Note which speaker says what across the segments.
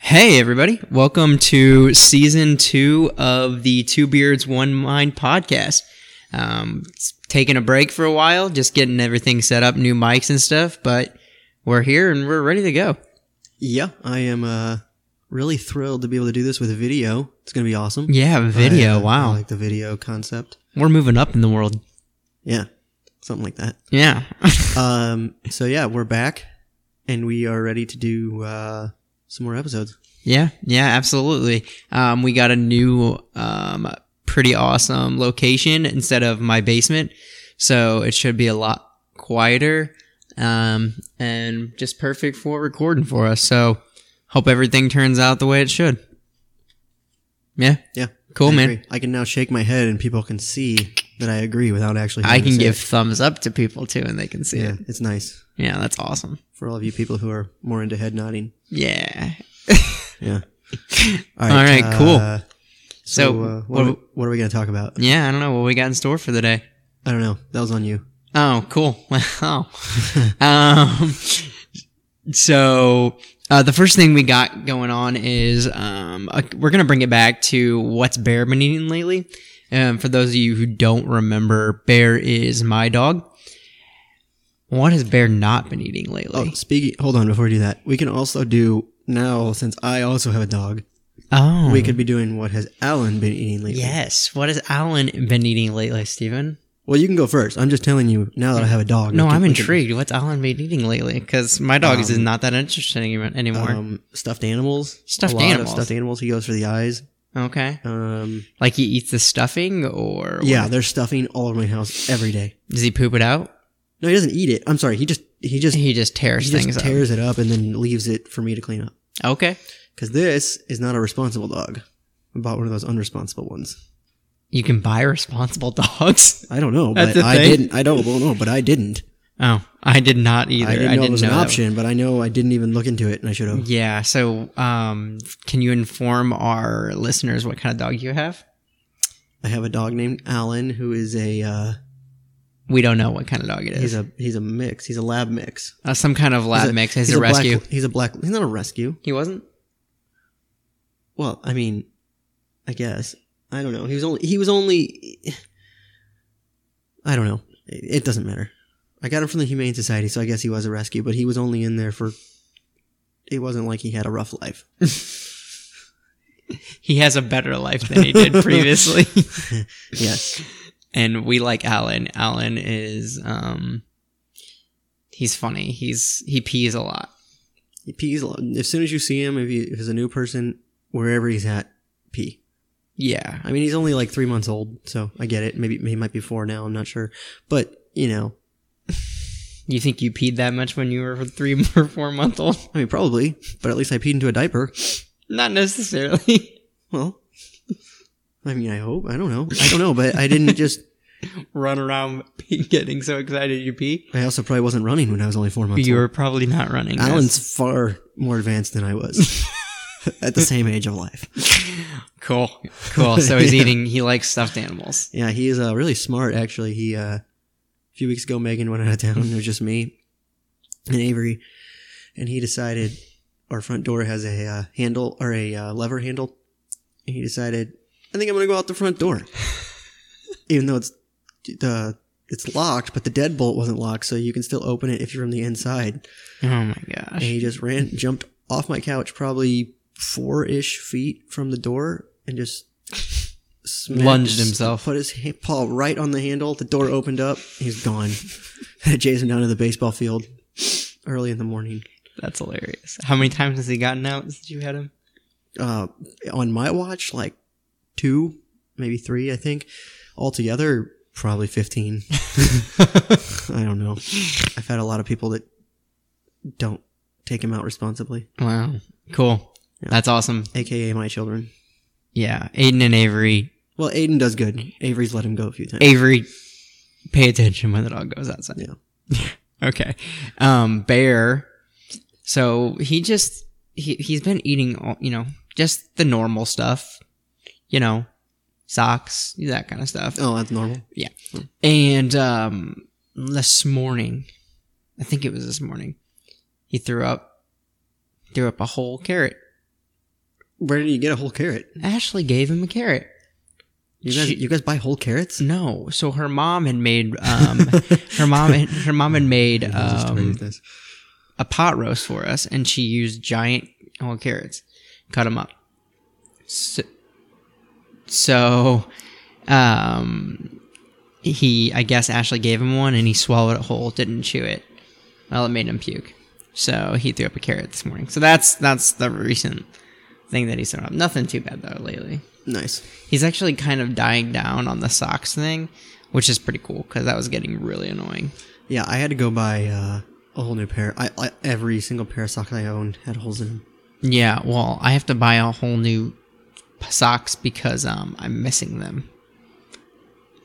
Speaker 1: Hey, everybody. Welcome to season two of the Two Beards, One Mind podcast. Um, it's taking a break for a while, just getting everything set up, new mics and stuff, but we're here and we're ready to go.
Speaker 2: Yeah, I am uh, really thrilled to be able to do this with a video. It's going to be awesome.
Speaker 1: Yeah, video.
Speaker 2: I, uh,
Speaker 1: wow.
Speaker 2: I like the video concept.
Speaker 1: we're moving up in the world.
Speaker 2: Yeah, something like that.
Speaker 1: Yeah.
Speaker 2: Um, so, yeah, we're back and we are ready to do uh, some more episodes.
Speaker 1: yeah. Yeah, absolutely. Um, we got a new, um, pretty awesome location instead of my basement. So it should be a lot quieter, um, and just perfect for recording for us. So hope everything turns out the way it should. Yeah.
Speaker 2: Yeah.
Speaker 1: Cool,
Speaker 2: I
Speaker 1: man.
Speaker 2: agree. I can now shake my head and people can see that I agree without actually.
Speaker 1: I
Speaker 2: having to
Speaker 1: can
Speaker 2: say
Speaker 1: give
Speaker 2: it.
Speaker 1: thumbs up to people too, and they can see
Speaker 2: Yeah,
Speaker 1: it.
Speaker 2: it's nice
Speaker 1: Yeah, that's awesome.
Speaker 2: for all of you people who are more into head nodding.
Speaker 1: Yeah.
Speaker 2: Yeah.
Speaker 1: All right, cool.
Speaker 2: uh, So,
Speaker 1: So,
Speaker 2: uh,
Speaker 1: what-
Speaker 2: what, are we- what are we going to talk about?
Speaker 1: Yeah, I don't know what we got in store for the day.
Speaker 2: I don't know. That was on you.
Speaker 1: Oh, cool. Wow. um, so uh, the first thing we got going on is um, uh, we're going to bring it back to what's Bear been eating lately. Um, for those of you who don't remember, Bear is my dog. What has Bear not been eating
Speaker 2: Oh,
Speaker 1: lately?
Speaker 2: speaking. Hold on. Before we do that, we can also do now since I also have a dog.
Speaker 1: Oh,
Speaker 2: We could be doing what has Alan been eating lately?
Speaker 1: yes. What has Alan been eating lately, Steven?
Speaker 2: Well, you can go first. I'm just telling you now that I have a dog.
Speaker 1: No,
Speaker 2: we can-
Speaker 1: I'm
Speaker 2: we can-
Speaker 1: intrigued. What's Alan been eating lately? Because my dog is
Speaker 2: Um,
Speaker 1: not that interesting any- anymore.
Speaker 2: um, stuffed animals.
Speaker 1: Stuffed
Speaker 2: a lot
Speaker 1: animals.
Speaker 2: Of stuffed animals. He goes for the eyes.
Speaker 1: okay.
Speaker 2: Um,
Speaker 1: Like he eats the stuffing or
Speaker 2: yeah, there's stuffing all over my house every day.
Speaker 1: does he poop it out?
Speaker 2: No, he doesn't eat it. I'm sorry. He just he just he
Speaker 1: He just tears
Speaker 2: just
Speaker 1: things
Speaker 2: tears it up and then leaves it for me to clean up.
Speaker 1: up. Okay.
Speaker 2: Because this is not a responsible dog. I bought one of those unresponsible ones.
Speaker 1: You can buy responsible dogs.
Speaker 2: I don't know,
Speaker 1: That's
Speaker 2: but
Speaker 1: a
Speaker 2: I
Speaker 1: thing?
Speaker 2: didn't. I don't well, no, but I didn't.
Speaker 1: Oh, I did not either.
Speaker 2: I didn't know it was an
Speaker 1: that.
Speaker 2: option, but I know I didn't even look into it, and I should have.
Speaker 1: Yeah. So, um, can you inform our listeners what kind of dog you have? Mm-hmm.
Speaker 2: I have a dog named Alan who is a uh,
Speaker 1: We don't know what kind of dog it is.
Speaker 2: he's a he's a mix. He's a lab mix.
Speaker 1: uh, some kind of lab
Speaker 2: a-
Speaker 1: mix. He's, a, rescue.
Speaker 2: Black, he's a black. He's not a rescue.
Speaker 1: He wasn't.
Speaker 2: Well, I mean, I guess I don't know. He was only he was only. I don't know. It, it doesn't matter. I got him from the Humane Society, so I guess he was a rescue, but he was only in there for. It wasn't like he had a rough life.
Speaker 1: He has a better life than he did previously.
Speaker 2: Yes,
Speaker 1: and we like Alan. Alan is um, he's funny. He's he pees a lot.
Speaker 2: he pees. a lot. As soon as you see him, if, you, if he's a new person, wherever he's at, pee.
Speaker 1: Yeah.
Speaker 2: I mean, he's only like three months old, so I get it. Maybe he might be four now. I'm not sure, but you know,
Speaker 1: You think you peed that much when you were three or four month old?
Speaker 2: I mean, probably. But at least I peed into a diaper.
Speaker 1: Not necessarily.
Speaker 2: Well, I mean, I hope. I don't know. I don't know, but I didn't just.
Speaker 1: Run around pee- getting so excited you pee.
Speaker 2: I also probably wasn't running when I was only four months
Speaker 1: You
Speaker 2: old.
Speaker 1: were probably not running. yes.
Speaker 2: Alan's far more advanced than I was at the same age of life.
Speaker 1: cool, cool. So he's
Speaker 2: Yeah.
Speaker 1: eating. He likes stuffed animals.
Speaker 2: Yeah, he is uh, really smart. Actually, he uh, a few weeks ago Megan went out of town. It was just me and Avery, and he decided our front door has a uh, handle or a uh, lever handle, and he decided I think I'm gonna go out the front door, even though it's the it's locked, but the deadbolt wasn't locked, so you can still open it if you're from the inside.
Speaker 1: Oh my
Speaker 2: And
Speaker 1: gosh!
Speaker 2: he just ran, jumped off my couch, probably four ish feet from the door, and just smacked-
Speaker 1: Lunged himself.
Speaker 2: Put his ha- paw right on the handle. The door opened up. He's gone. I chased him down to the baseball field early in the morning.
Speaker 1: That's hilarious. How many times has he gotten out since you had him?
Speaker 2: Uh, on my watch, like two, maybe three, I think. Altogether, probably 15. I don't know. I've had a lot of people that don't take him out responsibly,
Speaker 1: Wow, cool.
Speaker 2: Yeah.
Speaker 1: That's awesome.
Speaker 2: aka my children.
Speaker 1: Yeah, Aiden and Avery.
Speaker 2: Well, Aiden does good. Avery's let him go a few times.
Speaker 1: Avery, pay attention when the dog goes outside.
Speaker 2: Yeah.
Speaker 1: Okay. Um, Bear. So he just he he's been eating all, you know just the normal stuff, you know, socks that kind of stuff.
Speaker 2: Oh, that's normal.
Speaker 1: And um, this morning, I think it was this morning, he threw up threw up a whole carrot.
Speaker 2: Where did you get a whole carrot?
Speaker 1: Ashley gave him a carrot.
Speaker 2: You guys,
Speaker 1: She-
Speaker 2: you guys buy whole carrots?
Speaker 1: No, so her mom had made um, her mom had, her mom had made
Speaker 2: Jesus, tired
Speaker 1: um,
Speaker 2: of this.
Speaker 1: a pot roast for us, and she used giant whole carrots, cut them up. So, so um, he, I guess Ashley gave him one, and he swallowed it whole, didn't chew it. Well, it made him puke, so he threw up a carrot this morning. So that's that's the recent thing that he's thrown up. Nothing too bad though lately.
Speaker 2: Nice.
Speaker 1: He's actually kind of dying down on the socks thing, which is pretty cool because that was getting really annoying.
Speaker 2: Yeah, I had to go buy uh, a whole new pair. I, I every single pair of socks I owned had holes in them.
Speaker 1: Yeah, well, I have to buy a whole new p- socks because um I'm missing them.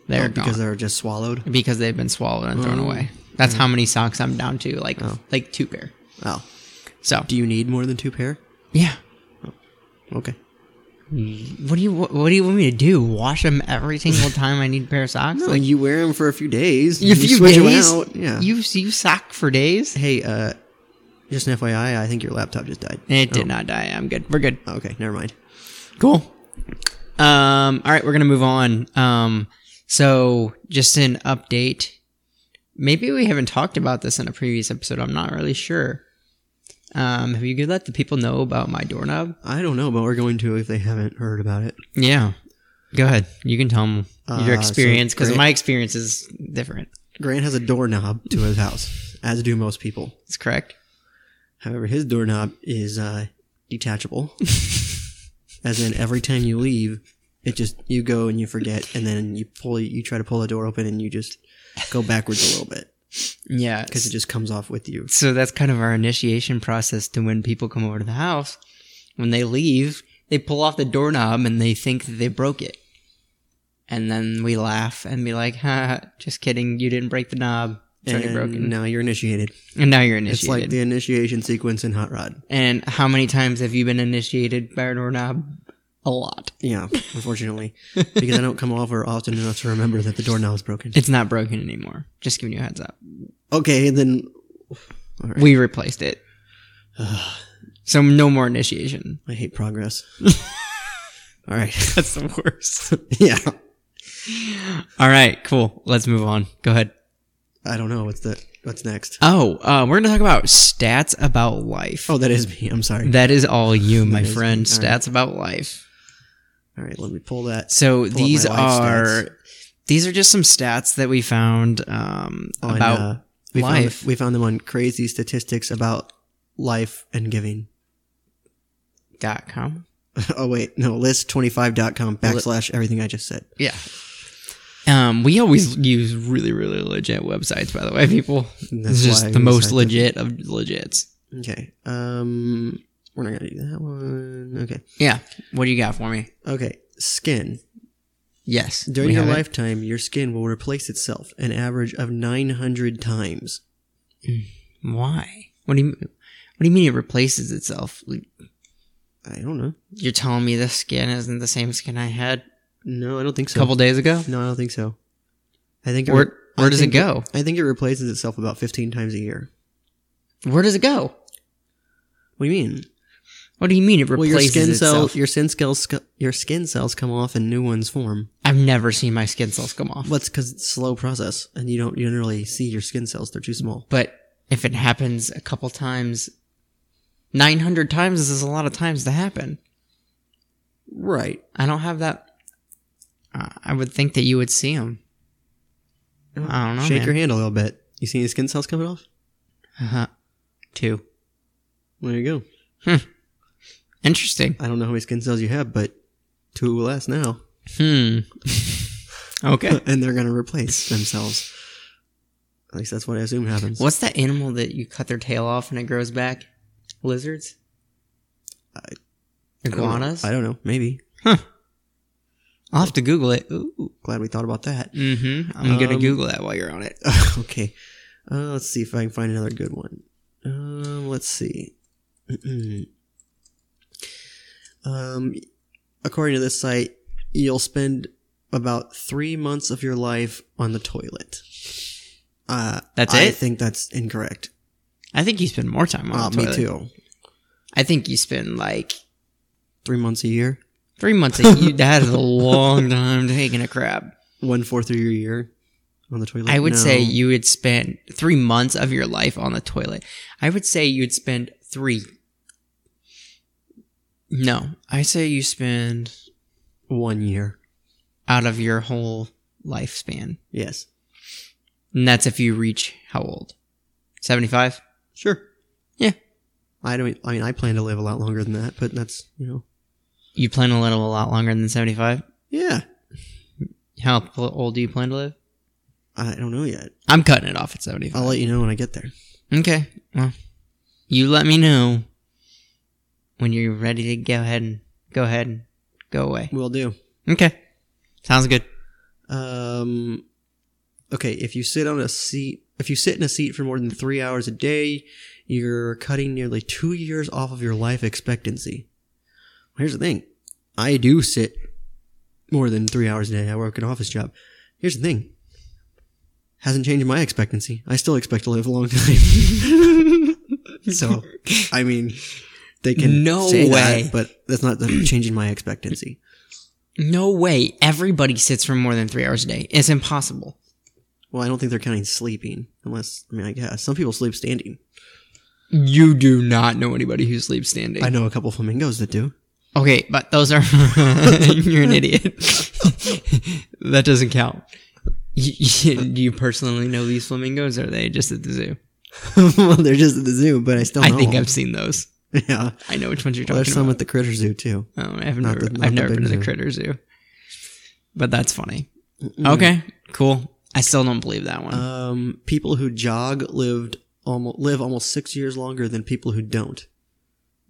Speaker 1: They're
Speaker 2: Oh, because Oh.
Speaker 1: gone.
Speaker 2: they were just swallowed.
Speaker 1: because they've been swallowed and thrown away. That's
Speaker 2: Mm.
Speaker 1: how many socks I'm down to, like like two pair.
Speaker 2: Oh,
Speaker 1: So
Speaker 2: do you need more than two pair?
Speaker 1: yeah,
Speaker 2: Okay.
Speaker 1: what do you what, what do you want me to do? Wash them every single time I need a pair of socks?
Speaker 2: Well,
Speaker 1: like
Speaker 2: you wear them for a few days.
Speaker 1: Oh. a few
Speaker 2: switch 'em
Speaker 1: days?
Speaker 2: out. Yeah.
Speaker 1: you you sock for days?
Speaker 2: hey, uh, just an FYI, I think your laptop just died.
Speaker 1: It did not die. I'm good. We're good.
Speaker 2: Oh, okay, never mind.
Speaker 1: Cool. Um, all right, we're gonna move on. Um, so just an update. Maybe we haven't talked about this in a previous episode. I'm not really sure. Um, have you could let the people know about my doorknob?
Speaker 2: I don't know, but we're going to if they haven't heard about it.
Speaker 1: Yeah. Go ahead. You can tell them
Speaker 2: Uh, so
Speaker 1: your experience because
Speaker 2: great.
Speaker 1: my experience is different.
Speaker 2: Grant has a doorknob to his house, as do most people.
Speaker 1: It's correct.
Speaker 2: However, his doorknob is uh, detachable. As in, every time you leave, it just you go and you forget, and then you pull, you try to pull the door open, and you just go backwards a little bit
Speaker 1: Yeah.
Speaker 2: because it just comes off with you.
Speaker 1: so that's kind of our initiation process to when people come over to the house. When they leave, they pull off the doorknob and they think that they broke it. And then we laugh and be like, ha, just kidding, you didn't break the knob. It's already
Speaker 2: and
Speaker 1: broken.
Speaker 2: Now you're initiated.
Speaker 1: And now you're
Speaker 2: It's
Speaker 1: initiated.
Speaker 2: like the initiation sequence in Hot Rod.
Speaker 1: and how many times have you been initiated by a doorknob? A lot.
Speaker 2: Yeah, unfortunately, because I don't come over often enough to remember that the doorknob is broken.
Speaker 1: It's not broken anymore. Just giving you a heads up.
Speaker 2: Okay, then Right.
Speaker 1: We replaced it. so no more initiation.
Speaker 2: I hate progress. All right.
Speaker 1: That's the worst.
Speaker 2: yeah.
Speaker 1: All right, cool. Let's move on. Go ahead.
Speaker 2: I don't know what's the what's next.
Speaker 1: Oh, uh, we're going to talk about stats about life.
Speaker 2: Oh, that is me. I'm sorry.
Speaker 1: That is all you, my
Speaker 2: is me.
Speaker 1: friend.
Speaker 2: All right.
Speaker 1: Stats about life.
Speaker 2: All right, let me pull that.
Speaker 1: So
Speaker 2: up
Speaker 1: these
Speaker 2: my life
Speaker 1: are
Speaker 2: stats.
Speaker 1: these are just some stats that we found um,
Speaker 2: on,
Speaker 1: about
Speaker 2: uh, we found-
Speaker 1: life.
Speaker 2: we found them on crazy statistics about life and giving.
Speaker 1: dot com.
Speaker 2: oh wait, no, list25.com backslash everything I just said.
Speaker 1: Yeah. Um, we always use really, really legit websites, by the way, people. it's
Speaker 2: That's why
Speaker 1: just the
Speaker 2: we
Speaker 1: most
Speaker 2: decided-
Speaker 1: legit of legits.
Speaker 2: Okay. Um we're not going to do that one. Okay.
Speaker 1: Yeah. What do you got for me?
Speaker 2: Okay. Skin.
Speaker 1: Yes.
Speaker 2: During
Speaker 1: we
Speaker 2: your
Speaker 1: have it.
Speaker 2: lifetime, your skin will replace itself an average of 900 times.
Speaker 1: Why? What do you What do you mean it replaces itself? Like,
Speaker 2: I don't know.
Speaker 1: You're telling me this skin isn't the same skin I had
Speaker 2: No, I don't think
Speaker 1: a
Speaker 2: so.
Speaker 1: couple days ago?
Speaker 2: No, I don't think so. I think it
Speaker 1: Where
Speaker 2: I
Speaker 1: Where does it
Speaker 2: think
Speaker 1: go?
Speaker 2: I think it replaces itself about 15 times a year.
Speaker 1: Where does it go?
Speaker 2: What do you mean?
Speaker 1: What do you mean it
Speaker 2: Well,
Speaker 1: replaces
Speaker 2: your skin
Speaker 1: itself?
Speaker 2: cells, your skin cells, sc- your skin cells come off and new ones form.
Speaker 1: I've never seen my skin cells come off.
Speaker 2: Well, it's because it's a slow process, and you don't generally see your skin cells; they're too small.
Speaker 1: But if it happens a couple times, nine hundred times is a lot of times to happen.
Speaker 2: Right.
Speaker 1: I don't have that. Uh, I would think that you would see them. I don't know.
Speaker 2: Shake
Speaker 1: man.
Speaker 2: your hand a little bit. You see any skin cells coming off?
Speaker 1: Uh-huh. Two.
Speaker 2: There you go.
Speaker 1: Interesting.
Speaker 2: I don't know how many skin cells you have, but two less now,
Speaker 1: Hmm. okay.
Speaker 2: and they're gonna replace themselves. At least that's what I assume happens.
Speaker 1: What's that animal that you cut their tail off and it grows back? Lizards?
Speaker 2: I- I don't know.
Speaker 1: Iguanas?
Speaker 2: I don't know. Maybe.
Speaker 1: I'll have to Google it. Ooh.
Speaker 2: Glad we thought about that.
Speaker 1: Mm-hmm. I'm gonna
Speaker 2: Um,
Speaker 1: Google that while you're on it.
Speaker 2: okay. Uh, let's see if I can find another good one. Um, let's see. um, according to this site, you'll spend about three months of your life on the toilet. Uh,
Speaker 1: That's
Speaker 2: I
Speaker 1: it?
Speaker 2: think that's incorrect.
Speaker 1: I think you spend more time on
Speaker 2: Uh,
Speaker 1: the
Speaker 2: me
Speaker 1: toilet.
Speaker 2: too.
Speaker 1: I think you spend like
Speaker 2: three months a year,
Speaker 1: Three months. A, you, that is a long time taking a crap.
Speaker 2: one fourth of your year on the toilet.
Speaker 1: I would
Speaker 2: No.
Speaker 1: say you would spend three months of your life on the toilet. I would say you'd spend three. No, I say you spend
Speaker 2: one year.
Speaker 1: out of your whole lifespan,
Speaker 2: Yes,
Speaker 1: and that's if you reach how old? Seventy-five.
Speaker 2: sure.
Speaker 1: Yeah.
Speaker 2: I don't. I mean, I plan to live a lot longer than that, but that's you know.
Speaker 1: You plan to live a lot longer than seventy-five.
Speaker 2: Yeah,
Speaker 1: How pl- old do you plan to live?
Speaker 2: I don't know yet.
Speaker 1: I'm cutting it off at seventy-five.
Speaker 2: I'll let you know when I get there.
Speaker 1: Okay. Well, you let me know when you're ready to go ahead and go ahead and go away.
Speaker 2: Will do.
Speaker 1: Okay. Sounds good.
Speaker 2: Um, okay, if you sit on a seat, if you sit in a seat for more than three hours a day, you're cutting nearly two years off of your life expectancy. Here's the thing: I do sit more than three hours a day. I work an office job. Here's the thing: hasn't changed my expectancy. I still expect to live a long time. so, I mean, they can
Speaker 1: No
Speaker 2: say that,
Speaker 1: way.
Speaker 2: but that's not the changing my expectancy.
Speaker 1: No way. Everybody sits for more than three hours a day. It's impossible.
Speaker 2: Well, I don't think they're counting sleeping, unless I mean, I guess some people sleep standing.
Speaker 1: You do not know anybody who sleeps standing.
Speaker 2: I know a couple flamingos that do.
Speaker 1: Okay, but those are you're an idiot. that doesn't count. You, you, do you personally know these flamingos? Or are they just at the zoo?
Speaker 2: well, they're just at the zoo, but I still.
Speaker 1: I
Speaker 2: know
Speaker 1: think
Speaker 2: them.
Speaker 1: I've seen those.
Speaker 2: Yeah,
Speaker 1: I know which ones you're
Speaker 2: well,
Speaker 1: talking
Speaker 2: there's some
Speaker 1: about.
Speaker 2: at the critter zoo too.
Speaker 1: Oh, I've
Speaker 2: Not
Speaker 1: never,
Speaker 2: the- not
Speaker 1: I've
Speaker 2: the
Speaker 1: never
Speaker 2: big
Speaker 1: been to the
Speaker 2: zoo.
Speaker 1: critter zoo, but that's funny. Okay, cool. I still don't believe that one.
Speaker 2: Um, people who jog lived almost live almost six years longer than people who don't.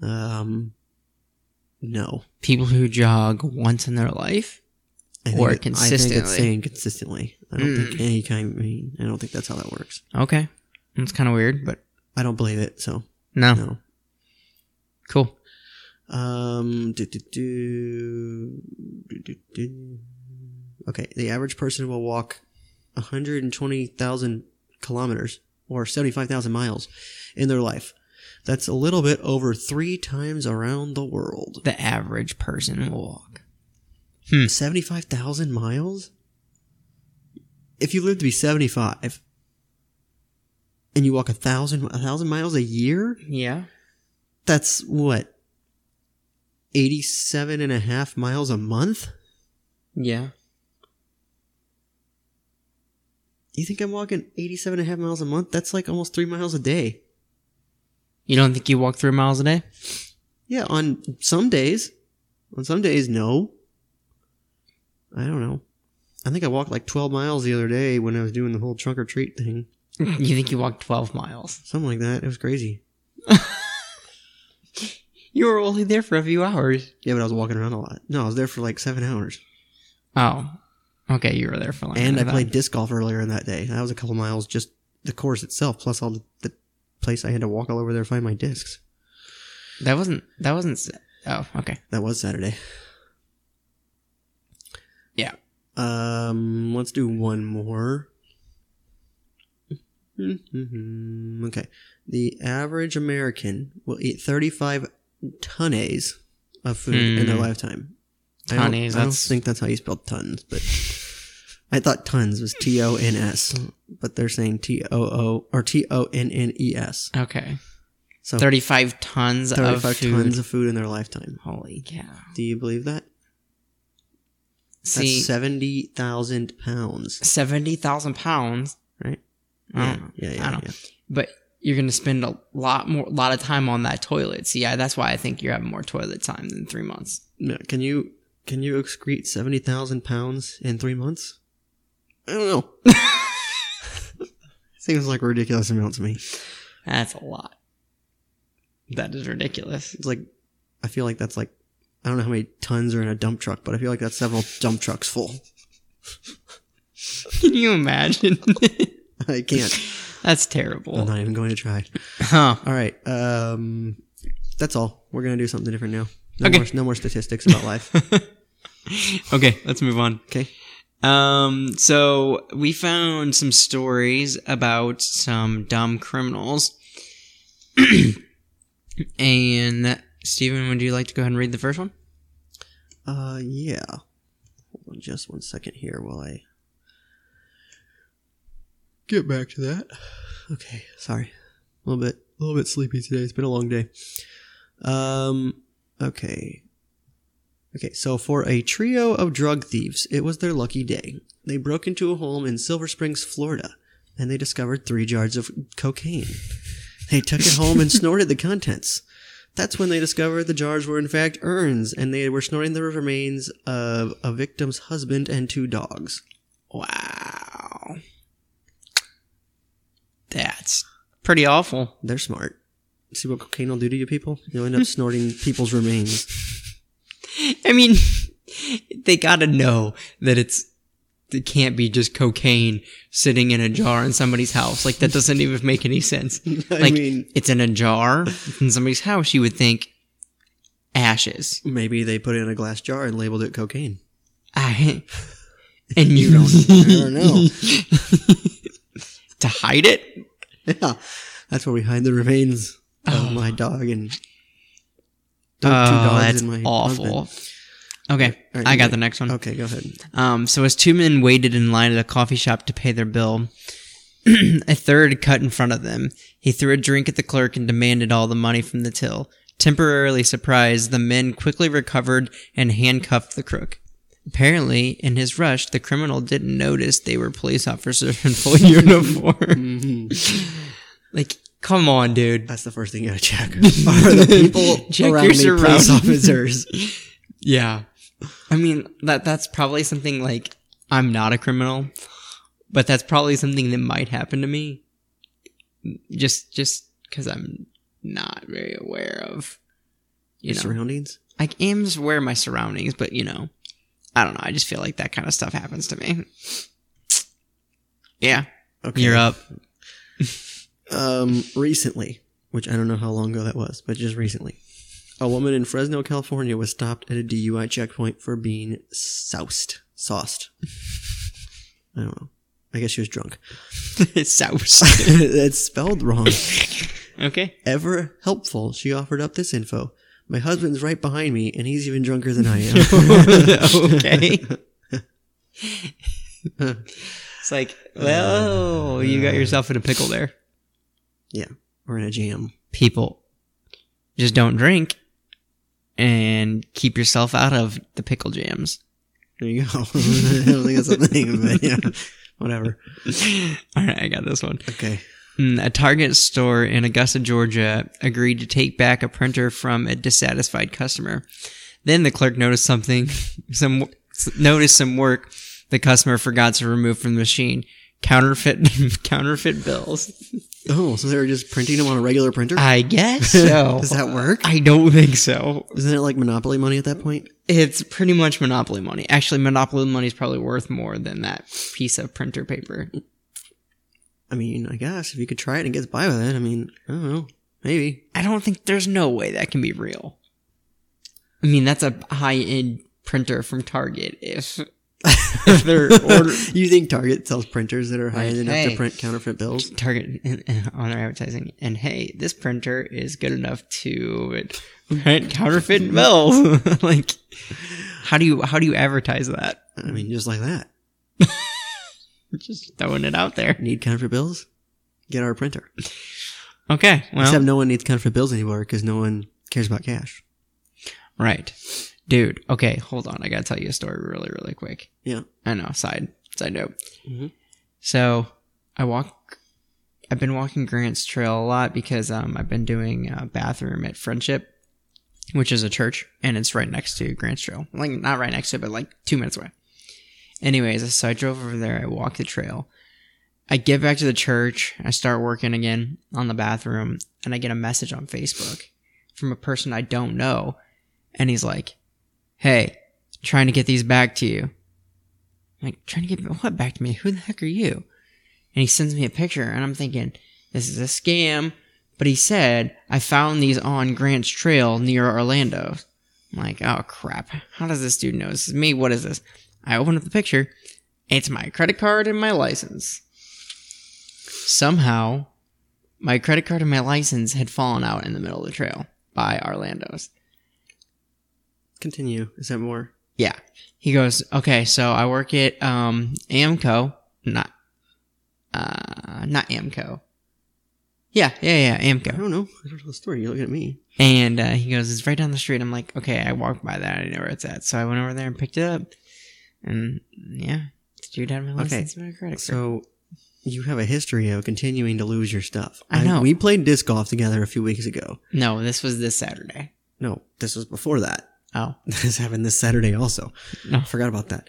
Speaker 2: Um, no,
Speaker 1: People who jog once in their life.
Speaker 2: I
Speaker 1: Or
Speaker 2: it- I think it's
Speaker 1: consistently.
Speaker 2: saying consistently. I don't
Speaker 1: Mm.
Speaker 2: think any kind. I mean, I don't think that's how that works.
Speaker 1: Okay, that's kind of weird, but
Speaker 2: I don't believe it. So
Speaker 1: no,
Speaker 2: no.
Speaker 1: cool.
Speaker 2: Um, do, do, do, do, do, do. Okay, the average person will walk 120,000 kilometers or 75,000 miles in their life. That's a little bit over three times around the world.
Speaker 1: The average person will walk.
Speaker 2: 75,000 miles? If you live to be 75 and you walk a thousand, a thousand miles a year,
Speaker 1: Yeah,
Speaker 2: that's what? 87 and a half miles a month?
Speaker 1: yeah.
Speaker 2: You think I'm walking 87 and a half miles a month? That's like almost three miles a day.
Speaker 1: You don't think you walk three miles a day?
Speaker 2: Yeah, on some days. On some days, no. I don't know. I think I walked like 12 miles the other day when I was doing the whole trunk or treat thing.
Speaker 1: you think you walk twelve miles?
Speaker 2: Something like that. It was crazy.
Speaker 1: You were only there for a few hours.
Speaker 2: Yeah, but I was walking around a lot. No, I was there for like seven hours.
Speaker 1: Oh, okay. You were there for longer.
Speaker 2: And I
Speaker 1: than that.
Speaker 2: played disc golf earlier in that day. That was a couple miles, just the course itself, plus all the, the place I had to walk all over there to find my discs.
Speaker 1: That wasn't. That wasn't. s- Oh, okay.
Speaker 2: That was Saturday.
Speaker 1: Yeah.
Speaker 2: Um, let's do one more. Mm-hmm. okay. The average American will eat 35 tonnes of food in their
Speaker 1: Hmm.
Speaker 2: lifetime. I don't-
Speaker 1: Tonnes,
Speaker 2: I don't
Speaker 1: that's-
Speaker 2: think that's how you spell tons, but I thought tons was T O N S, but they're saying T O O or T O N N E S.
Speaker 1: Okay.
Speaker 2: So
Speaker 1: 35 Oh. tons
Speaker 2: 35
Speaker 1: of food.
Speaker 2: tons of food in their lifetime.
Speaker 1: Holy cow.
Speaker 2: Do you believe that?
Speaker 1: See,
Speaker 2: That's seventy thousand pounds,
Speaker 1: 70,000 pounds,
Speaker 2: right?
Speaker 1: I don't know.
Speaker 2: yeah,
Speaker 1: I
Speaker 2: yeah,
Speaker 1: don't-
Speaker 2: yeah.
Speaker 1: but you're going to spend a lot more, lot of time on that toilet. See, yeah, that's why I think you're having more toilet time than three months.
Speaker 2: No, Can you can you excrete seventy thousand pounds in three months? I don't know. Seems like a ridiculous amount to me.
Speaker 1: That's a lot. That is ridiculous.
Speaker 2: It's like I feel like that's like I don't know how many tons are in a dump truck, but I feel like that's several dump trucks full.
Speaker 1: Can you imagine?
Speaker 2: I can't.
Speaker 1: that's
Speaker 2: I'm
Speaker 1: terrible.
Speaker 2: not even going to try.
Speaker 1: Huh.
Speaker 2: All right. Um, that's all. We're gonna do something different now. No
Speaker 1: Okay.
Speaker 2: More, no more statistics about life.
Speaker 1: Okay, let's move on.
Speaker 2: Okay.
Speaker 1: Um, so we found some stories about some dumb criminals. and Stephen, would you like to go ahead and read the first one?
Speaker 2: Uh, yeah. Hold on just one second here while I get back to that. Okay, sorry. A little bit, a little bit sleepy today. It's been a long day. Um, okay. Okay, so for a trio of drug thieves, it was their lucky day. They broke into a home in Silver Springs, Florida, and they discovered three jars of cocaine. They took it home and snorted the contents. That's when they discovered the jars were in fact urns, and they were snorting the remains of a victim's husband and two dogs.
Speaker 1: Wow. That's pretty awful.
Speaker 2: They're smart. See what cocaine will do to you people? You'll end up snorting people's remains.
Speaker 1: I mean, they gotta know that it's it can't be just cocaine sitting in a jar in somebody's house. Like that doesn't even make any sense.
Speaker 2: I
Speaker 1: like
Speaker 2: mean-
Speaker 1: it's in a jar in somebody's house. You would think ashes.
Speaker 2: Maybe they put it in a glass jar and labeled it cocaine.
Speaker 1: I, and you
Speaker 2: I
Speaker 1: don't
Speaker 2: don't know.
Speaker 1: to hide it.
Speaker 2: yeah. That's where we hide the remains of my dog and
Speaker 1: Ah. Oh, that's
Speaker 2: and
Speaker 1: awful.
Speaker 2: husband.
Speaker 1: Okay,
Speaker 2: All right,
Speaker 1: I
Speaker 2: you
Speaker 1: got
Speaker 2: got-
Speaker 1: the next one.
Speaker 2: Okay, go ahead.
Speaker 1: Um, so as two men waited in line at a coffee shop to pay their bill, a third cut in front of them. He threw a drink at the clerk and demanded all the money from the till. Temporarily surprised, the men quickly recovered and handcuffed the crook. Apparently, in his rush, the criminal didn't notice they were police officers in full uniform. like, come on, dude.
Speaker 2: That's the first thing you gotta check. Are the people
Speaker 1: Check
Speaker 2: around
Speaker 1: your
Speaker 2: me police
Speaker 1: surroundings.
Speaker 2: officers?
Speaker 1: Yeah. I mean, that that's probably something like I'm not a criminal, but that's probably something that might happen to me. Just just cuz I'm not very aware of you
Speaker 2: Your
Speaker 1: know.
Speaker 2: surroundings?
Speaker 1: I am just aware of my surroundings, but you know, I don't know. I just feel like that kind of stuff happens to me. Yeah.
Speaker 2: Okay.
Speaker 1: You're up.
Speaker 2: Um, recently, which I don't know how long ago that was, but just recently, a woman in Fresno, California was stopped at a DUI checkpoint for being soused. Sauced. I don't know. I guess she was drunk.
Speaker 1: Souse.
Speaker 2: That's spelled wrong.
Speaker 1: Okay.
Speaker 2: Ever helpful, she offered up this info. My husband's right behind me, and he's even drunker than I am.
Speaker 1: okay. it's like, well, you got yourself in a pickle there.
Speaker 2: yeah, we're in a jam.
Speaker 1: People just don't drink and keep yourself out of the pickle jams.
Speaker 2: There you go. I don't think that's a thing, but yeah, whatever.
Speaker 1: All right, I got this one.
Speaker 2: Okay.
Speaker 1: Mm, A Target store in Augusta, Georgia agreed to take back a printer from a dissatisfied customer. Then the clerk noticed something, some noticed some work the customer forgot to remove from the machine. Counterfeit counterfeit bills.
Speaker 2: Oh, so they were just printing them on a regular printer?
Speaker 1: I guess so.
Speaker 2: Does that work?
Speaker 1: I don't think so.
Speaker 2: uh, Isn't it like Monopoly money at that point?
Speaker 1: It's pretty much monopoly money. Actually, monopoly money is probably worth more than that piece of printer paper.
Speaker 2: I mean, I guess if you could try it and get by with it, I mean, I don't know. Maybe.
Speaker 1: I don't think there's no way that can be real. I mean, that's a high end printer from Target. If if they're order-
Speaker 2: you think Target sells printers that are high end enough
Speaker 1: Hey.
Speaker 2: to print counterfeit bills?
Speaker 1: Target on their advertising, and hey, this printer is good enough to print counterfeit bills. like, how do you how do you advertise that?
Speaker 2: I mean, just like that.
Speaker 1: Just throwing it out there.
Speaker 2: Need counterfeit bills? Get our printer.
Speaker 1: Okay, well,
Speaker 2: Except no one needs counterfeit bills anymore because no one cares about cash.
Speaker 1: right, dude. Okay, hold on. I gotta tell you a story really, really quick.
Speaker 2: Yeah.
Speaker 1: I know. Side side note.
Speaker 2: Mhm.
Speaker 1: So I walk. I've been walking Grant's Trail a lot because um, I've been doing a bathroom at Friendship, which is a church, and it's right next to Grant's Trail. Like not right next to, it, but like two minutes away. Anyways, so I drove over there. I walked the trail. I get back to the church. I start working again on the bathroom, and I get a message on Facebook from a person I don't know, and he's like, "Hey, trying to get these back to you." I'm like, trying to get what back to me? Who the heck are you? And he sends me a picture, and I'm thinking, this is a scam. But he said, I found these on Grant's Trail near Orlando. I'm like, oh crap. How does this dude know? This is me. What is this? I open up the picture. It's my credit card and my license. Somehow, my credit card and my license had fallen out in the middle of the trail by Orlando's.
Speaker 2: Continue. Is that more?
Speaker 1: Yeah. He goes, okay, so I work at um, Amco, not uh, not Amco. Yeah, yeah, yeah,
Speaker 2: I
Speaker 1: Amco.
Speaker 2: don't know. I don't know the story. You're looking at me.
Speaker 1: And uh, he goes, it's right down the street. I'm like, okay, I walked by that. I know where it's at. So I went over there and picked it up. And yeah, it's due down my license and my credit card.
Speaker 2: So you have a history of continuing to lose your stuff.
Speaker 1: I know.
Speaker 2: we played disc golf together a few weeks ago.
Speaker 1: No, this was this Saturday.
Speaker 2: No, this was before that.
Speaker 1: Oh,
Speaker 2: This happened this Saturday also.
Speaker 1: No.
Speaker 2: I forgot about that.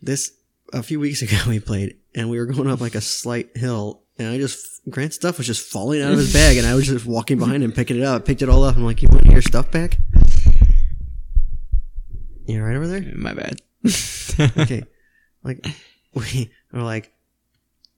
Speaker 2: This a few weeks ago we played and we were going up like a slight hill and I just Grant's stuff was just falling out of his bag and I was just walking behind him picking it up. I picked it all up. I'm like, you want your stuff back? You all right over there?
Speaker 1: my bad.
Speaker 2: okay. Like, we are like,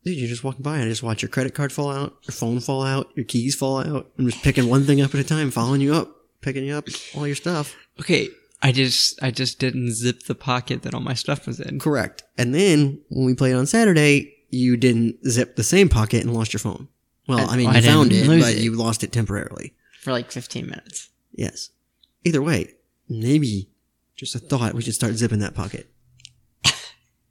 Speaker 2: dude, you're just walking by and I just watch your credit card fall out, your phone fall out, your keys fall out. I'm just picking one thing up at a time, following you up, picking you up, all your stuff.
Speaker 1: okay, I just I just didn't zip the pocket that all my stuff was in.
Speaker 2: Correct. And then when we played on Saturday, you didn't zip the same pocket and lost your phone. Well,
Speaker 1: I-
Speaker 2: I mean,
Speaker 1: I
Speaker 2: you
Speaker 1: didn't
Speaker 2: found it,
Speaker 1: lose
Speaker 2: but
Speaker 1: it.
Speaker 2: you lost it temporarily.
Speaker 1: for like 15 minutes.
Speaker 2: Yes. Either way, maybe just a thought we should start zipping that pocket.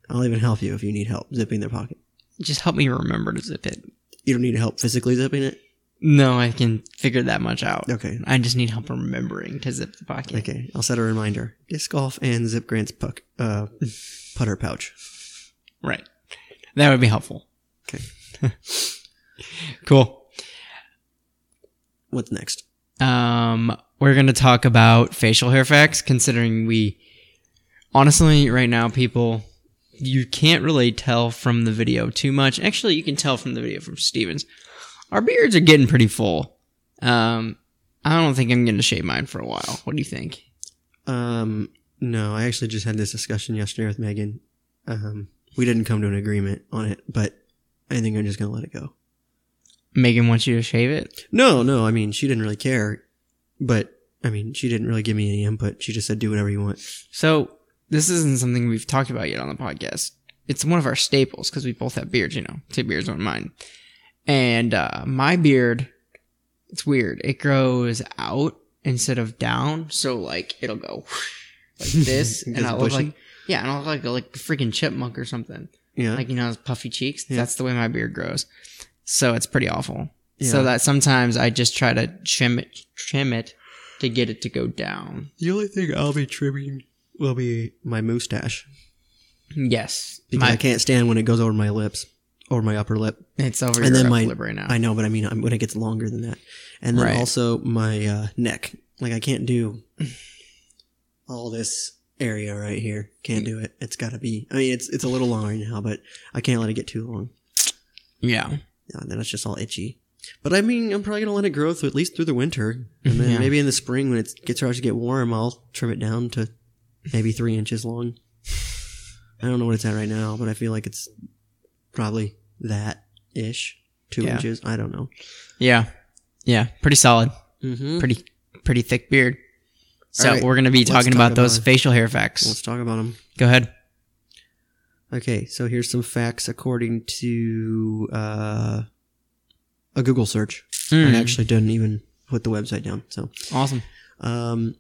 Speaker 2: I'll even help you if you need help zipping their pocket.
Speaker 1: Just help me remember to zip it.
Speaker 2: You don't need help physically zipping it?
Speaker 1: No, I can figure that much out.
Speaker 2: Okay.
Speaker 1: I just need help remembering to zip the pocket.
Speaker 2: Okay, I'll set a reminder. Disc golf and Zip Grant's puck, uh, putter pouch.
Speaker 1: Right. That would be helpful.
Speaker 2: Okay.
Speaker 1: cool.
Speaker 2: What's next?
Speaker 1: Um, we're going to talk about facial hair facts, considering we, honestly, right now, people, you can't really tell from the video too much. Actually, you can tell from the video from Stevens. Our beards are getting pretty full. Um, I don't think I'm going to shave mine for a while. What do you think?
Speaker 2: Um, no, I actually just had this discussion yesterday with Megan. Um, we didn't come to an agreement on it, but I think I'm just gonna let it go.
Speaker 1: Megan wants you to shave it?
Speaker 2: No, no, I mean she didn't really care, but I mean she didn't really give me any input. She just said do whatever you want.
Speaker 1: So this isn't something we've talked about yet on the podcast. It's one of our staples because we both have beards, you know, two beards on mine. And uh, my beard, it's weird. It grows out instead of down, so like it'll go like this, and
Speaker 2: Just
Speaker 1: I look
Speaker 2: bushy?
Speaker 1: like yeah, and I look like a, like a freaking chipmunk or something.
Speaker 2: Yeah,
Speaker 1: Like you know, those puffy cheeks.
Speaker 2: Yeah.
Speaker 1: That's the way my beard grows. So it's pretty awful.
Speaker 2: Yeah.
Speaker 1: So that sometimes I just try to trim it, trim it, to get it to go down.
Speaker 2: the only thing I'll be trimming will be my mustache
Speaker 1: Yes,
Speaker 2: because I can't stand when it goes over my lips or my upper lip.
Speaker 1: It's over
Speaker 2: and
Speaker 1: your
Speaker 2: then my
Speaker 1: lip right now.
Speaker 2: I know, but I mean, I'm, when it gets longer than that, and then
Speaker 1: Right.
Speaker 2: also my uh, neck. Like I can't do all this area right here. Can't do it. It's got to be. I mean, it's it's a little long right now, but I can't let it get too long.
Speaker 1: yeah,
Speaker 2: Yeah, then it's just all itchy. But I mean, I'm probably gonna let it grow through at least through the winter, and then
Speaker 1: Mm-hmm. Yeah.
Speaker 2: maybe in the spring when it gets starts to get warm, I'll trim it down to maybe three inches long. I don't know what it's at right now, but I feel like it's probably that ish, two
Speaker 1: Yeah.
Speaker 2: inches. I don't know.
Speaker 1: yeah, yeah. Pretty solid.
Speaker 2: Mm-hmm.
Speaker 1: Pretty pretty thick beard. So
Speaker 2: All right,
Speaker 1: we're gonna be
Speaker 2: let's
Speaker 1: talking
Speaker 2: talk
Speaker 1: about those
Speaker 2: about-
Speaker 1: facial hair facts.
Speaker 2: Let's talk about them.
Speaker 1: Go ahead.
Speaker 2: Okay, so here's some facts according to uh, a Google search.
Speaker 1: Mm,
Speaker 2: I actually didn't even put the website down. So
Speaker 1: awesome.
Speaker 2: um,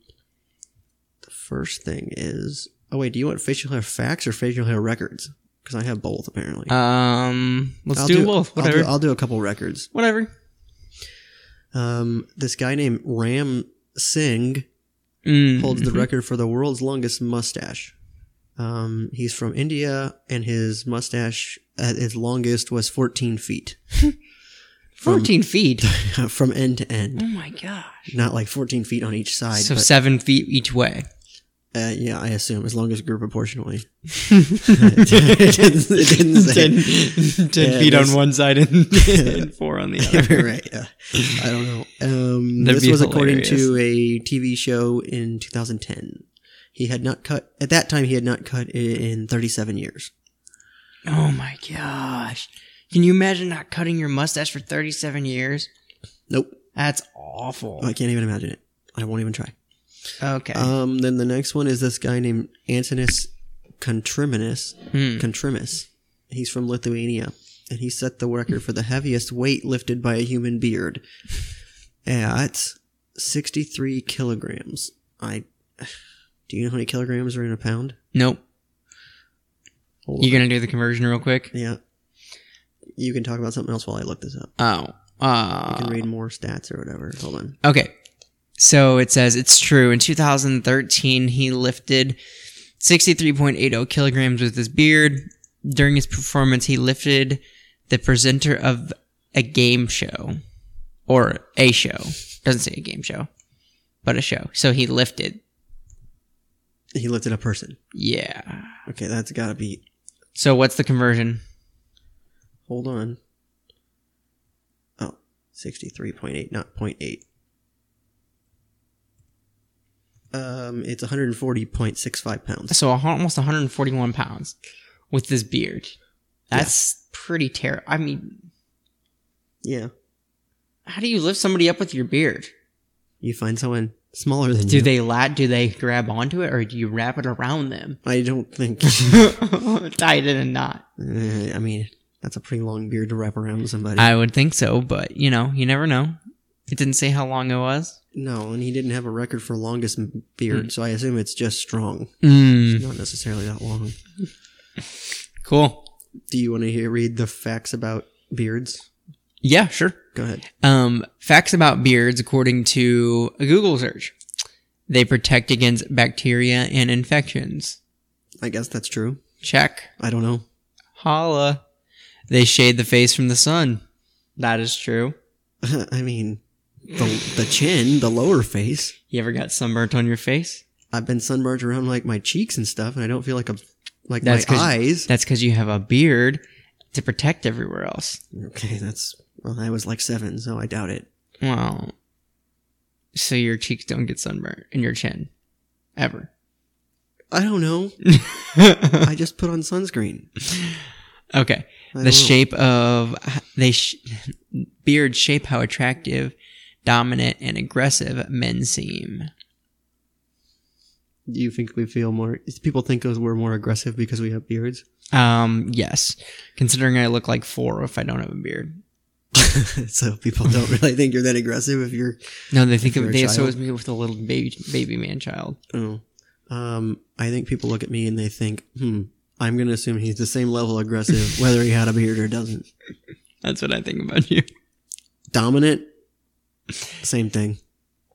Speaker 2: the first thing is oh, wait, do you want facial hair facts or facial hair records? Because I have both, apparently.
Speaker 1: Um, let's
Speaker 2: I'll
Speaker 1: do, both.
Speaker 2: I'll do-
Speaker 1: Whatever.
Speaker 2: I'll do a couple records.
Speaker 1: Whatever.
Speaker 2: Um, this guy named Ram Singh
Speaker 1: Mm,
Speaker 2: holds the record for the world's longest mustache. Um, he's from India, and his mustache at its longest was 14 feet
Speaker 1: Fourteen feet.
Speaker 2: from end to
Speaker 1: oh
Speaker 2: end.
Speaker 1: my gosh.
Speaker 2: Not like 14 feet on each side,
Speaker 1: So
Speaker 2: but
Speaker 1: seven feet each way.
Speaker 2: uh, yeah, I assume as long as it grew proportionally. it didn't, it didn't say.
Speaker 1: ten
Speaker 2: Yeah,
Speaker 1: feet on
Speaker 2: this-
Speaker 1: one side and, and four on the other.
Speaker 2: right, yeah. I don't know. Um,
Speaker 1: That'd
Speaker 2: this
Speaker 1: be
Speaker 2: was according to a TV show in 2010. He had not cut at that time. He had not cut i- in 37 years.
Speaker 1: Oh my gosh. Can you imagine not cutting your mustache for thirty-seven years?
Speaker 2: Nope,
Speaker 1: That's awful.
Speaker 2: I can't even imagine it. I won't even try.
Speaker 1: okay.
Speaker 2: Um, then the next one is this guy named Antonis Contriminus.
Speaker 1: Hmm.
Speaker 2: Contrimus. He's from Lithuania, and he set the record for the heaviest weight lifted by a human beard at 63 kilograms. I Do you know how many kilograms are in a pound?
Speaker 1: Nope.
Speaker 2: Hold
Speaker 1: You gonna do the conversion real quick?
Speaker 2: on. yeah. You can talk about something else while I look this up.
Speaker 1: Oh. Uh,
Speaker 2: I can read more stats or whatever. Hold on.
Speaker 1: Okay. So it says it's true. In 2013, he lifted 63.80 kilograms with his beard. During his performance, he lifted the presenter of a game show or a show. Doesn't say a game show, but a show. So he lifted.
Speaker 2: He lifted a person.
Speaker 1: Yeah.
Speaker 2: Okay, that's got to be.
Speaker 1: So what's the conversion?
Speaker 2: Hold on. Oh, 63.8, not 0.8. Um, it's 140.65 pounds.
Speaker 1: So a- almost 141 pounds with this beard. That's pretty terrible. I mean,
Speaker 2: Yeah.
Speaker 1: how do you lift somebody up with your beard?
Speaker 2: You find someone smaller than
Speaker 1: Do
Speaker 2: you.
Speaker 1: they lat? Do they grab onto it, or do you wrap it around them?
Speaker 2: I don't think.
Speaker 1: Tie it in a knot.
Speaker 2: Uh, I mean, that's a pretty long beard to wrap around somebody.
Speaker 1: I would think so, but you know, you never know. It didn't say how long it was.
Speaker 2: no, and he didn't have a record for longest m- beard,
Speaker 1: Hmm.
Speaker 2: so I assume it's just strong,
Speaker 1: Mm,
Speaker 2: not necessarily that long.
Speaker 1: cool.
Speaker 2: Do you want to hear read the facts about beards?
Speaker 1: Yeah, sure.
Speaker 2: Go ahead.
Speaker 1: Um, facts about beards, according to a Google search, they protect against bacteria and infections.
Speaker 2: I guess that's true.
Speaker 1: Check.
Speaker 2: I don't know.
Speaker 1: Holla. They shade the face from the sun. That is true.
Speaker 2: I mean, the, the chin, the lower face.
Speaker 1: You ever got sunburnt on your face?
Speaker 2: I've been sunburned around like my cheeks and stuff, and I don't feel like a like
Speaker 1: That's
Speaker 2: my
Speaker 1: 'cause-
Speaker 2: eyes.
Speaker 1: That's because you have a beard to protect everywhere else.
Speaker 2: okay, that's well, I was like seven, so I doubt it.
Speaker 1: Well, so your cheeks don't get sunburned and your chin ever.
Speaker 2: I don't know. I just put on sunscreen.
Speaker 1: okay.
Speaker 2: I
Speaker 1: The
Speaker 2: don't know.
Speaker 1: shape of they sh- beards shape how attractive, dominant, and aggressive men seem.
Speaker 2: Do you think we feel more? do People think us- we're more aggressive because we have beards.
Speaker 1: Um, yes. Considering I look like four if I don't have a beard.
Speaker 2: so people don't really think you're that aggressive if you're.
Speaker 1: No, they think
Speaker 2: If you're
Speaker 1: of
Speaker 2: a
Speaker 1: they associate
Speaker 2: child?
Speaker 1: me with a little baby baby man child.
Speaker 2: Oh, um, I think people look at me and they think, "Hmm, I'm going to assume he's the same level aggressive whether he had a beard or doesn't."
Speaker 1: That's what I think about you.
Speaker 2: Dominant, same thing.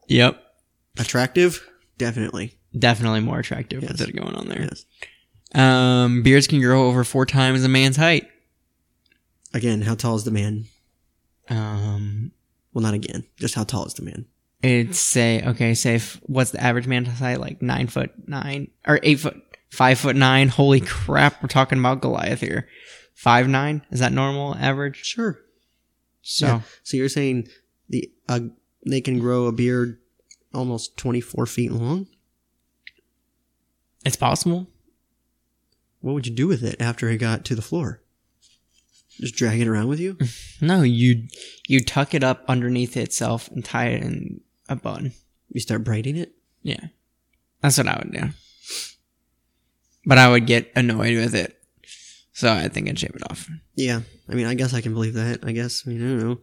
Speaker 1: Yep.
Speaker 2: Attractive, definitely.
Speaker 1: Definitely more attractive
Speaker 2: Yes.
Speaker 1: that's going on there.
Speaker 2: Yes.
Speaker 1: Um, beards can grow over four times a man's height.
Speaker 2: Again, how tall is the man?
Speaker 1: Um,
Speaker 2: Well, not again. Just how tall is the man?
Speaker 1: it's say okay, say if, what's the average man's height? Like nine foot nine or eight foot five foot nine. Holy crap, we're talking about Goliath here. Five nine is that normal average?
Speaker 2: Sure.
Speaker 1: So
Speaker 2: Yeah. So you're saying the uh, they can grow a beard almost 24 feet long?
Speaker 1: it's possible.
Speaker 2: What would you do with it after it got to the floor? Just drag it around with you?
Speaker 1: No, you you tuck it up underneath itself and tie it in a bun.
Speaker 2: You start braiding it?
Speaker 1: Yeah, that's what I would do. But I would get annoyed with it, so I think I'd shave it off.
Speaker 2: Yeah. I mean, I guess I can believe that. I guess. I mean, I don't know.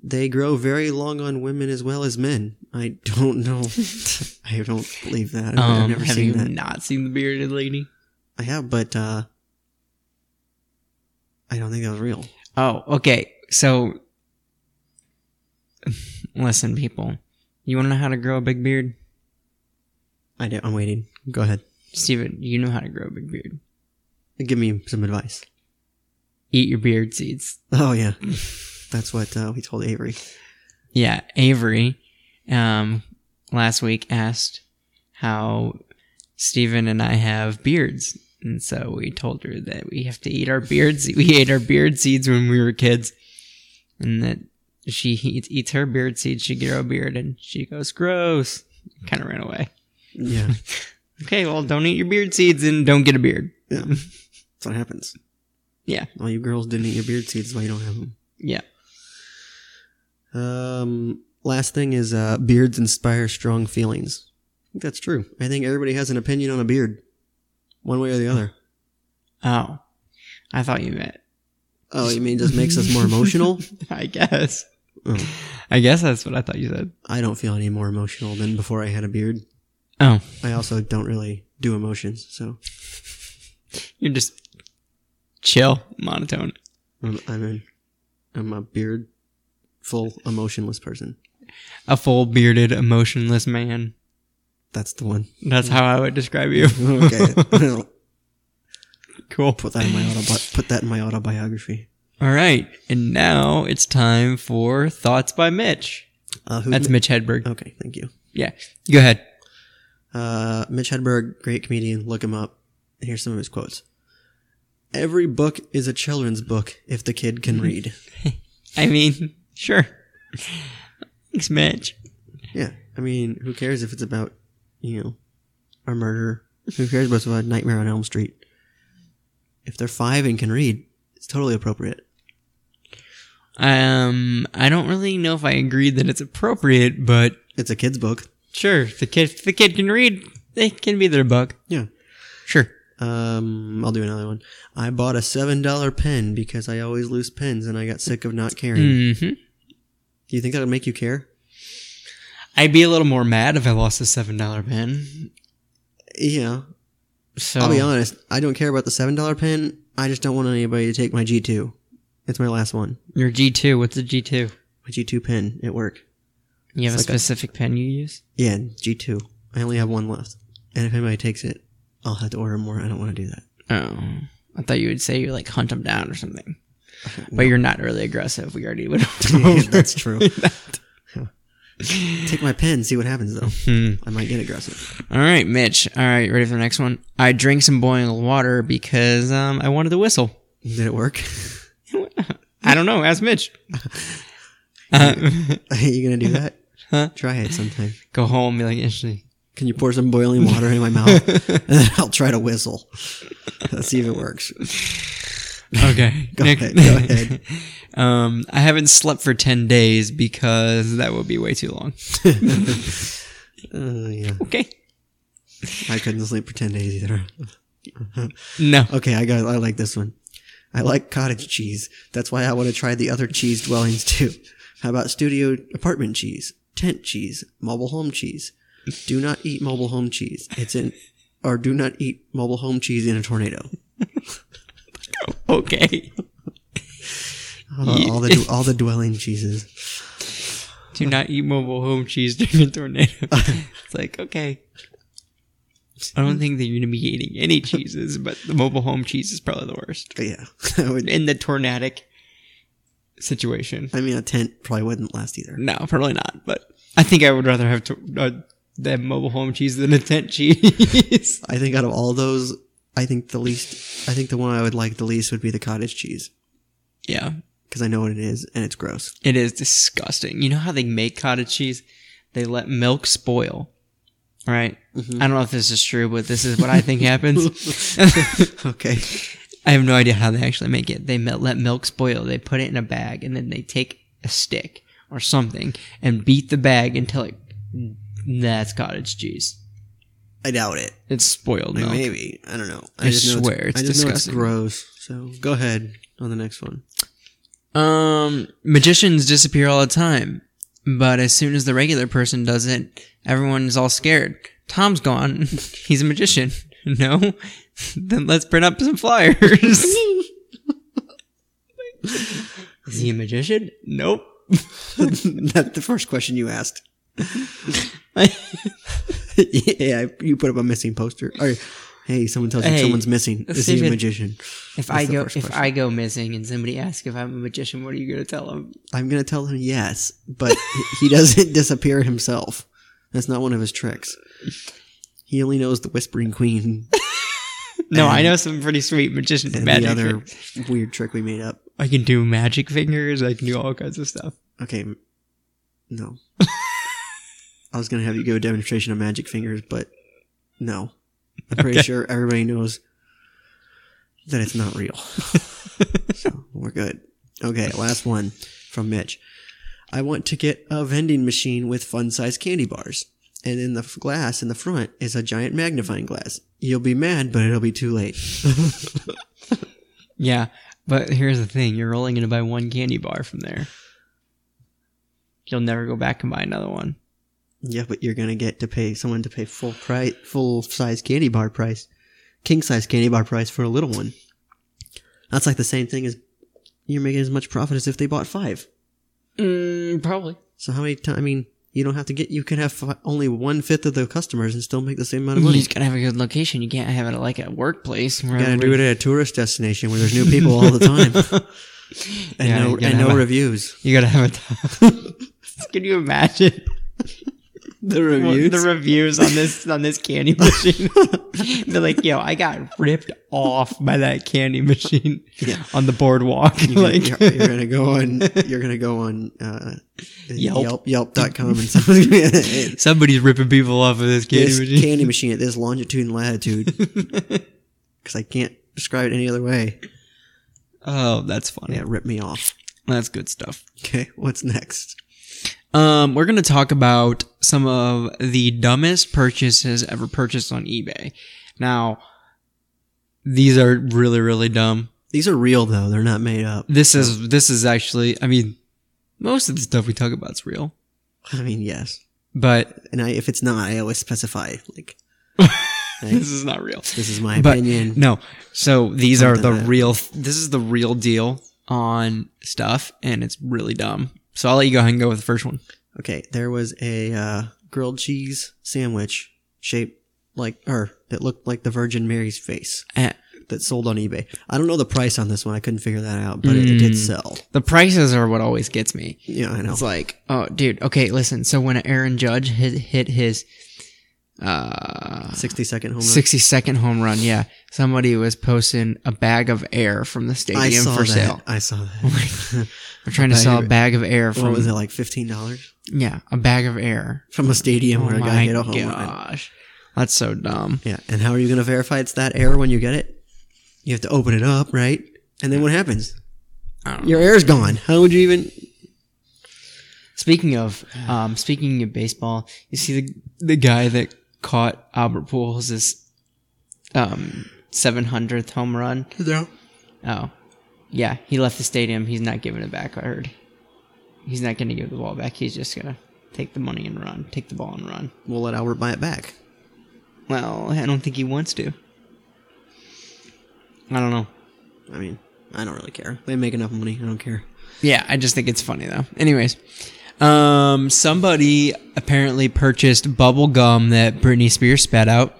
Speaker 2: They grow very long on women as well as men. I don't know. I don't believe that. I've, I've
Speaker 1: Um,
Speaker 2: never
Speaker 1: have
Speaker 2: seen
Speaker 1: you
Speaker 2: that.
Speaker 1: not seen the bearded lady?
Speaker 2: I have, but uh, I don't think that was real.
Speaker 1: Oh, okay. So, listen, people. You want to know how to grow a big beard?
Speaker 2: I do, I'm waiting. Go ahead.
Speaker 1: Steven, you know how to grow a big beard.
Speaker 2: Give me some advice.
Speaker 1: Eat your beard seeds.
Speaker 2: Oh yeah, that's what uh, we told Avery.
Speaker 1: Yeah, Avery um, last week asked how Steven and I have beards. And so we told her that we have to eat our beards. We ate our beard seeds when we were kids. And that she eats, eats her beard seeds, she grow a beard, and she goes, gross. Kind of ran away.
Speaker 2: Yeah,
Speaker 1: Okay, well, don't eat your beard seeds and don't get a beard.
Speaker 2: yeah, that's what happens.
Speaker 1: Yeah.
Speaker 2: All you girls didn't eat your beard seeds, why you don't have them?
Speaker 1: Yeah.
Speaker 2: Um, last thing is uh, beards inspire strong feelings. I think that's true. I think everybody has an opinion on a beard, one way or the other.
Speaker 1: Oh, I thought you meant.
Speaker 2: Oh, you mean it just makes us more emotional?
Speaker 1: I guess.
Speaker 2: Oh,
Speaker 1: I guess that's what I thought you said.
Speaker 2: I don't feel any more emotional than before I had a beard.
Speaker 1: Oh,
Speaker 2: I also don't really do emotions, so
Speaker 1: you're just chill, monotone.
Speaker 2: I'm I'm, in, I'm a beard full emotionless person.
Speaker 1: A full bearded, emotionless man.
Speaker 2: That's the one.
Speaker 1: That's how I would describe you.
Speaker 2: Okay,
Speaker 1: cool.
Speaker 2: put that in my autobi- put that in my autobiography.
Speaker 1: All right. And now it's time for Thoughts by Mitch.
Speaker 2: Uh, who
Speaker 1: That's Mitch Hedberg.
Speaker 2: okay, thank you.
Speaker 1: Yeah. Go ahead.
Speaker 2: Uh, Mitch Hedberg, great comedian. Look him up. Here's some of his quotes. Every book is a children's book if the kid can read.
Speaker 1: I mean, sure. Thanks, Mitch.
Speaker 2: Yeah, I mean, who cares if it's about you know a murder? Who cares if it's about Nightmare on Elm Street? If they're five and can read, it's totally appropriate.
Speaker 1: Um, I don't really know if I agree that it's appropriate, but
Speaker 2: It's a kid's book.
Speaker 1: sure, if the kid if the kid can read, they can be their book.
Speaker 2: Yeah.
Speaker 1: Sure.
Speaker 2: Um, I'll do another one. I bought a seven dollar pen because I always lose pens, and I got sick of not caring.
Speaker 1: hmm
Speaker 2: Do you think that would make you care?
Speaker 1: I'd be a little more mad if I lost a seven dollar pen.
Speaker 2: Yeah,
Speaker 1: So
Speaker 2: I'll be honest. I don't care about the seven dollar pen. I just don't want anybody to take my G two. It's my last one.
Speaker 1: your G two. What's a G two?
Speaker 2: My G two pen at work.
Speaker 1: You have
Speaker 2: It's
Speaker 1: a
Speaker 2: like a-
Speaker 1: specific pen you use?
Speaker 2: Yeah, G two. I only have one left, and if anybody takes it, I'll have to order more. I don't want to do that.
Speaker 1: Oh, I thought you would say you like hunt them down or something. But you're not really aggressive. We already went
Speaker 2: Yeah,
Speaker 1: over
Speaker 2: That's true.
Speaker 1: that.
Speaker 2: Take my pen, see what happens though.
Speaker 1: Hmm.
Speaker 2: I might get aggressive.
Speaker 1: All right, Mitch. All right, ready for the next one? I drank some boiling water because um, I wanted to whistle.
Speaker 2: Did it work?
Speaker 1: I don't know. Ask Mitch. Uh,
Speaker 2: Are you gonna do that?
Speaker 1: Huh?
Speaker 2: Try it sometime.
Speaker 1: go home and be like, actually,
Speaker 2: Can you pour some boiling water in my mouth? and then I'll try to whistle. Let's see if it works.
Speaker 1: okay.
Speaker 2: Go
Speaker 1: Nick-
Speaker 2: ahead, go ahead.
Speaker 1: um, I haven't slept for 10 days because that would be way too long.
Speaker 2: Uh, yeah,
Speaker 1: Okay.
Speaker 2: I couldn't sleep for ten days either.
Speaker 1: No.
Speaker 2: Okay, I got. I like this one. I like cottage cheese. That's why I want to try the other cheese dwellings too. How about studio apartment cheese, tent cheese, mobile home cheese? Do not eat mobile home cheese. It's in, or do not eat mobile home cheese in a tornado.
Speaker 1: Okay.
Speaker 2: Uh, all the all the dwelling cheeses.
Speaker 1: Do not eat mobile home cheese during a tornado. it's like, okay. I don't think that you're going to be eating any cheeses, but the mobile home cheese is probably the worst.
Speaker 2: But yeah, I would.
Speaker 1: In the tornadic situation.
Speaker 2: I mean, a tent probably wouldn't last either.
Speaker 1: No, probably not. But I think I would rather have to, uh, the mobile home cheese than a tent cheese.
Speaker 2: I think out of all those, I think the least. I think the one I would like the least would be the cottage cheese
Speaker 1: yeah,
Speaker 2: because I know what it is and it's gross.
Speaker 1: it is disgusting. You know how they make cottage cheese? They let milk spoil. Right? I don't know if this is true, but this is what I think happens.
Speaker 2: Mm-hmm. Okay.
Speaker 1: I have no idea how they actually make it. They mel- let milk spoil. They put it in a bag and then they take a stick or something and beat the bag until it. That's cottage cheese.
Speaker 2: I doubt it.
Speaker 1: It's spoiled milk.
Speaker 2: Maybe I don't know. I,
Speaker 1: I
Speaker 2: just know
Speaker 1: swear,
Speaker 2: it's,
Speaker 1: it's
Speaker 2: I just know
Speaker 1: disgusting.
Speaker 2: it's gross. So go ahead on the next one.
Speaker 1: Um, magicians disappear all the time, but as soon as the regular person does it, everyone is all scared. Tom's gone. He's a magician. No, then let's print up some flyers. is he a magician? Nope.
Speaker 2: That's the first question you asked. yeah, you put up a missing poster. Or hey, someone tells you
Speaker 1: Hey,
Speaker 2: someone's missing.
Speaker 1: let's
Speaker 2: Is
Speaker 1: see
Speaker 2: he
Speaker 1: if
Speaker 2: a
Speaker 1: it-
Speaker 2: magician?
Speaker 1: If
Speaker 2: That's
Speaker 1: I
Speaker 2: the
Speaker 1: go, if
Speaker 2: first question.
Speaker 1: I go missing, and somebody asks if I'm a magician, what are you gonna tell them?
Speaker 2: I'm gonna tell him yes, but he- he doesn't disappear himself. That's not one of his tricks. He only knows the Whispering Queen
Speaker 1: No, I know some pretty sweet magician
Speaker 2: and
Speaker 1: magic.
Speaker 2: the other
Speaker 1: tricks.
Speaker 2: weird trick we made up.
Speaker 1: I can do magic fingers. I can do all kinds of stuff.
Speaker 2: Okay. m- No. I was going to have you give a demonstration of magic fingers, but no. I'm pretty sure everybody knows that it's not real. so we're good. Okay, last one from Mitch. I want to get a vending machine with fun sized candy bars. And in the f- glass in the front is a giant magnifying glass. You'll be mad, but it'll be too late.
Speaker 1: Yeah, but here's the thing: you're only going to buy one candy bar from there. You'll never go back and buy another one.
Speaker 2: Yeah, but you're gonna get to pay someone to pay full price, full size candy bar price, king size candy bar price for a little one. That's like the same thing as you're making as much profit as if they bought five.
Speaker 1: Mm, probably.
Speaker 2: So how many times? I mean, you don't have to get. You can have fi- only one fifth of the customers and still make the same amount of
Speaker 1: You
Speaker 2: money.
Speaker 1: just gotta have a good location. You can't have it at, like a workplace. Where
Speaker 2: You gotta do it at a tourist destination where there's new people all the time and
Speaker 1: Yeah,
Speaker 2: no
Speaker 1: you gotta
Speaker 2: and no
Speaker 1: have a-
Speaker 2: reviews.
Speaker 1: You gotta have a. Can you imagine
Speaker 2: The
Speaker 1: the reviews on this on this candy machine? They're like, yo, I got ripped off by that candy machine
Speaker 2: Yeah.
Speaker 1: on the boardwalk. like,
Speaker 2: you're, you're gonna go on. You're gonna go on uh,
Speaker 1: Yelp.
Speaker 2: Yelp Yelp.com and someone's gonna be like,
Speaker 1: somebody's ripping people off of this candy
Speaker 2: this
Speaker 1: machine.
Speaker 2: candy machine at this longitude and latitude because I can't describe it any other way.
Speaker 1: oh, that's funny.
Speaker 2: Yeah, rip me off.
Speaker 1: That's good stuff.
Speaker 2: Okay, what's next?
Speaker 1: Um, we're going to talk about some of the dumbest purchases ever purchased on eBay. Now, these are really, really dumb.
Speaker 2: These are real though; they're not made up.
Speaker 1: This is this is actually, I mean, most of the stuff we talk about is real,
Speaker 2: I mean, yes,
Speaker 1: but
Speaker 2: and I, if it's not, I always specify like
Speaker 1: this is not real.
Speaker 2: this is my
Speaker 1: But-
Speaker 2: opinion.
Speaker 1: No, so these are the
Speaker 2: Something that-
Speaker 1: real. This is the real deal on stuff, and it's really dumb. So I'll let you go ahead and go with the first one.
Speaker 2: Okay, there was a uh, grilled cheese sandwich shaped like or that looked like the Virgin Mary's face
Speaker 1: Eh,
Speaker 2: that sold on eBay. I don't know the price on this one; I couldn't figure that out, but it, it
Speaker 1: Mm.
Speaker 2: did sell.
Speaker 1: The prices are what always gets me.
Speaker 2: Yeah, I know.
Speaker 1: It's like, oh, dude, okay, listen. So when Aaron Judge hit, hit his uh,
Speaker 2: Sixty second home run.
Speaker 1: 60 second home run, yeah, somebody was posting a bag of air from the
Speaker 2: I
Speaker 1: stadium
Speaker 2: saw
Speaker 1: for
Speaker 2: that.
Speaker 1: sale.
Speaker 2: I saw that.
Speaker 1: We're trying to
Speaker 2: bag
Speaker 1: sell
Speaker 2: of-
Speaker 1: a bag of air
Speaker 2: what
Speaker 1: from,
Speaker 2: was it like? Fifteen dollars
Speaker 1: yeah, a bag of air.
Speaker 2: from a stadium
Speaker 1: Oh
Speaker 2: where a guy
Speaker 1: my
Speaker 2: hit a home run.
Speaker 1: gosh. That's so dumb.
Speaker 2: Yeah, and how are you going to verify it's that error when you get it? You have to open it up, right? And then what happens?
Speaker 1: I don't know.
Speaker 2: Your air's gone. How would you even?
Speaker 1: Speaking of, um, speaking of baseball, you see the the guy that caught Albert Pujols' um, 700th home run.
Speaker 2: No.
Speaker 1: Oh, yeah. He left the stadium. He's not giving it back. I heard. He's not going to give the ball back. He's just going to take the money and run. Take the ball and run.
Speaker 2: We'll let Albert buy it back.
Speaker 1: Well, I don't think he wants to. I don't know.
Speaker 2: I mean, I don't really care. They make enough money. I don't care.
Speaker 1: Yeah, I just think it's funny though. Anyways, um, somebody apparently purchased bubble gum that Britney Spears spat out.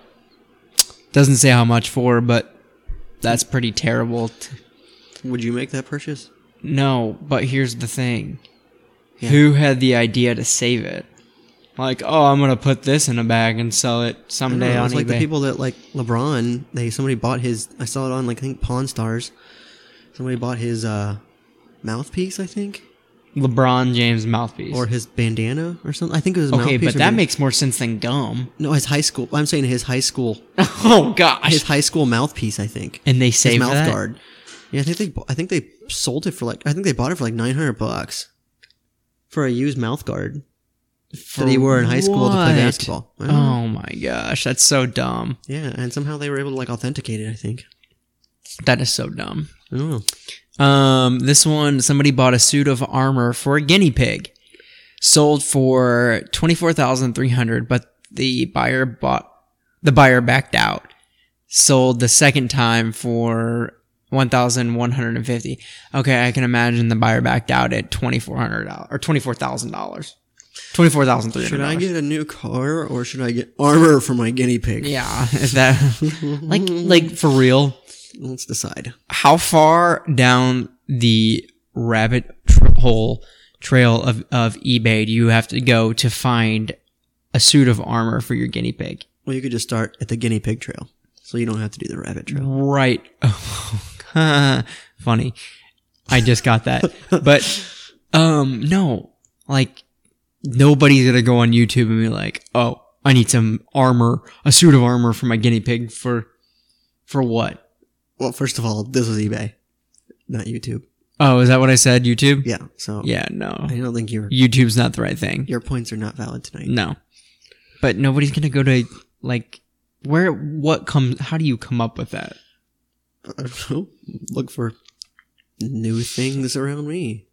Speaker 1: Doesn't say how much for, but that's pretty terrible. T-
Speaker 2: Would you make that purchase?
Speaker 1: No, but here's the thing.
Speaker 2: Yeah.
Speaker 1: Who had the idea to save it? Like, oh, I'm gonna put this in a bag and sell it someday
Speaker 2: No,
Speaker 1: on
Speaker 2: it's like the
Speaker 1: eBay.
Speaker 2: people that like LeBron. They somebody bought his. I saw it on like I think Pawn Stars. Somebody bought his uh, mouthpiece. I think.
Speaker 1: LeBron James mouthpiece.
Speaker 2: or his bandana or something. I think it was
Speaker 1: okay,
Speaker 2: mouthpiece
Speaker 1: but
Speaker 2: or
Speaker 1: that
Speaker 2: ban-
Speaker 1: makes more sense than gum.
Speaker 2: no his high school. I'm saying his high school,
Speaker 1: oh gosh!
Speaker 2: his high school mouthpiece. I think
Speaker 1: And they
Speaker 2: his
Speaker 1: saved
Speaker 2: mouth
Speaker 1: that?
Speaker 2: guard. Yeah, I think they I think they sold it for like I think they bought it for like 900 bucks for a used mouth guard that he wore in high school to
Speaker 1: what?
Speaker 2: play basketball. I don't know.
Speaker 1: Oh my gosh, that's so dumb.
Speaker 2: Yeah, and somehow they were able to like authenticate it. I think.
Speaker 1: That is so dumb.
Speaker 2: I don't know.
Speaker 1: Um, this one, somebody bought a suit of armor for a guinea pig, sold for twenty four thousand three hundred, but the buyer bought the buyer backed out, sold the second time for one thousand one hundred and fifty. Okay, I can imagine the buyer backed out at twenty four hundred dollars or twenty four thousand dollars, twenty four thousand three
Speaker 2: Should
Speaker 1: hundred.
Speaker 2: I get a new car or should I get armor for my guinea pig?
Speaker 1: Yeah, is that like like for real?
Speaker 2: Let's decide.
Speaker 1: how far down the rabbit tr- hole trail of, of eBay do you have to go to find a suit of armor for your guinea pig?
Speaker 2: Well, you could just start at the guinea pig trail, so you don't have to do the rabbit trail.
Speaker 1: Right. Funny. I just got that. but um no, like nobody's going to go on YouTube and be like, "Oh, I need some armor, a suit of armor for my guinea pig for for what?"
Speaker 2: Well, first of all, this was eBay, not YouTube.
Speaker 1: Oh, is that what I said? YouTube?
Speaker 2: Yeah. So
Speaker 1: Yeah, no.
Speaker 2: I don't think your
Speaker 1: YouTube's not the right thing.
Speaker 2: your points are not valid tonight.
Speaker 1: No. But nobody's gonna go to like where what comes how do you come up with that?
Speaker 2: I don't know. Look for new things around me.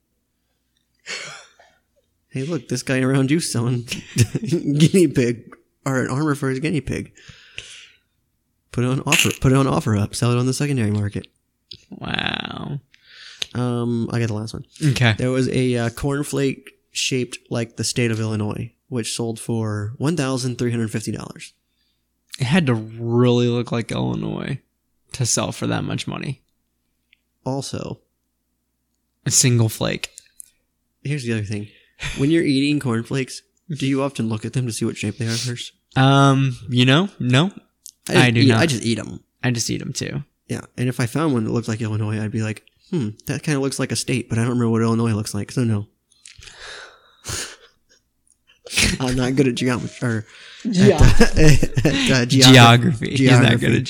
Speaker 2: hey, look, this guy around you selling guinea pig or an armor for his guinea pig. Put it on offer. Put it on offer up. Sell it on the secondary market.
Speaker 1: Wow.
Speaker 2: Um, I got the last one.
Speaker 1: Okay.
Speaker 2: There was a uh, cornflake shaped like the state of Illinois, which sold for one thousand three hundred fifty dollars.
Speaker 1: It had to really look like Illinois to sell for that much money.
Speaker 2: Also,
Speaker 1: A single flake.
Speaker 2: here's the other thing: when you're eating cornflakes, do you often look at them to see what shape they are first?
Speaker 1: Um, you know, no,
Speaker 2: just
Speaker 1: I do
Speaker 2: eat-
Speaker 1: not.
Speaker 2: I just eat them.
Speaker 1: I just eat them too.
Speaker 2: Yeah, and if I found one that looked like Illinois, I'd be like, hmm, that kind of looks like a state, but I don't remember what Illinois looks like, so no. I'm not good at geometry or at, uh,
Speaker 1: Geography. He's not good
Speaker 2: Geography.
Speaker 1: at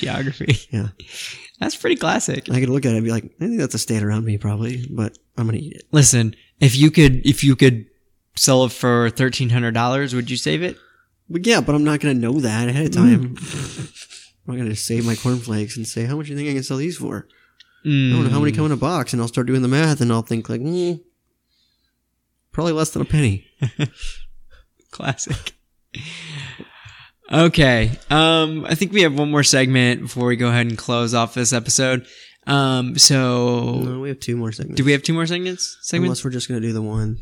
Speaker 1: geography.
Speaker 2: Yeah.
Speaker 1: That's pretty classic.
Speaker 2: I could look at it and be like, I think that's a state around me, probably, but I'm gonna eat it.
Speaker 1: Listen, if you could, if you could sell it for thirteen hundred dollars, would you save it?
Speaker 2: But yeah, but I'm not gonna know that ahead of time.
Speaker 1: Hmm.
Speaker 2: I'm not gonna save my cornflakes and say, how much do you think I can sell these for? I don't know how many come in
Speaker 1: Hmm.
Speaker 2: a box, and I'll start doing the math, and I'll think like, hmm, probably less than a penny.
Speaker 1: Classic. Okay. Um, I think we have one more segment before we go ahead and close off this episode. Um, so
Speaker 2: No, we have two more segments.
Speaker 1: do we have two more segments? Segments?
Speaker 2: Unless we're just going to do the one.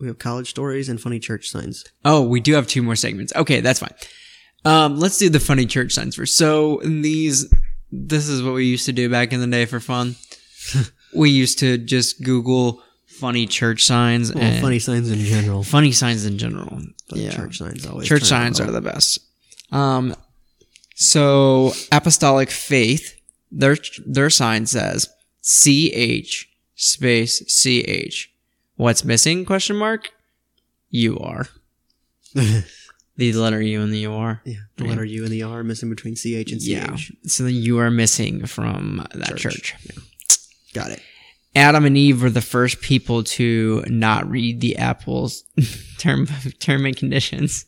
Speaker 2: We have college stories and funny church signs.
Speaker 1: Oh, we do have two more segments. Okay, that's fine. Um, let's do the funny church signs first. So in these, this is what we used to do back in the day for fun. we used to just Google funny church signs
Speaker 2: Well,
Speaker 1: and
Speaker 2: funny signs in general.
Speaker 1: funny signs in general.
Speaker 2: Funny Church signs always.
Speaker 1: Church
Speaker 2: turn
Speaker 1: signs
Speaker 2: out.
Speaker 1: are the best. Um, so apostolic faith, their their sign says CH space CH. What's missing? Question mark. You are the letter U and the U are.
Speaker 2: yeah, the letter U and the R missing between CH and CH.
Speaker 1: Yeah. So then you are missing from that church.
Speaker 2: Got it.
Speaker 1: Adam and Eve were the first people to not read the apple's term term and conditions.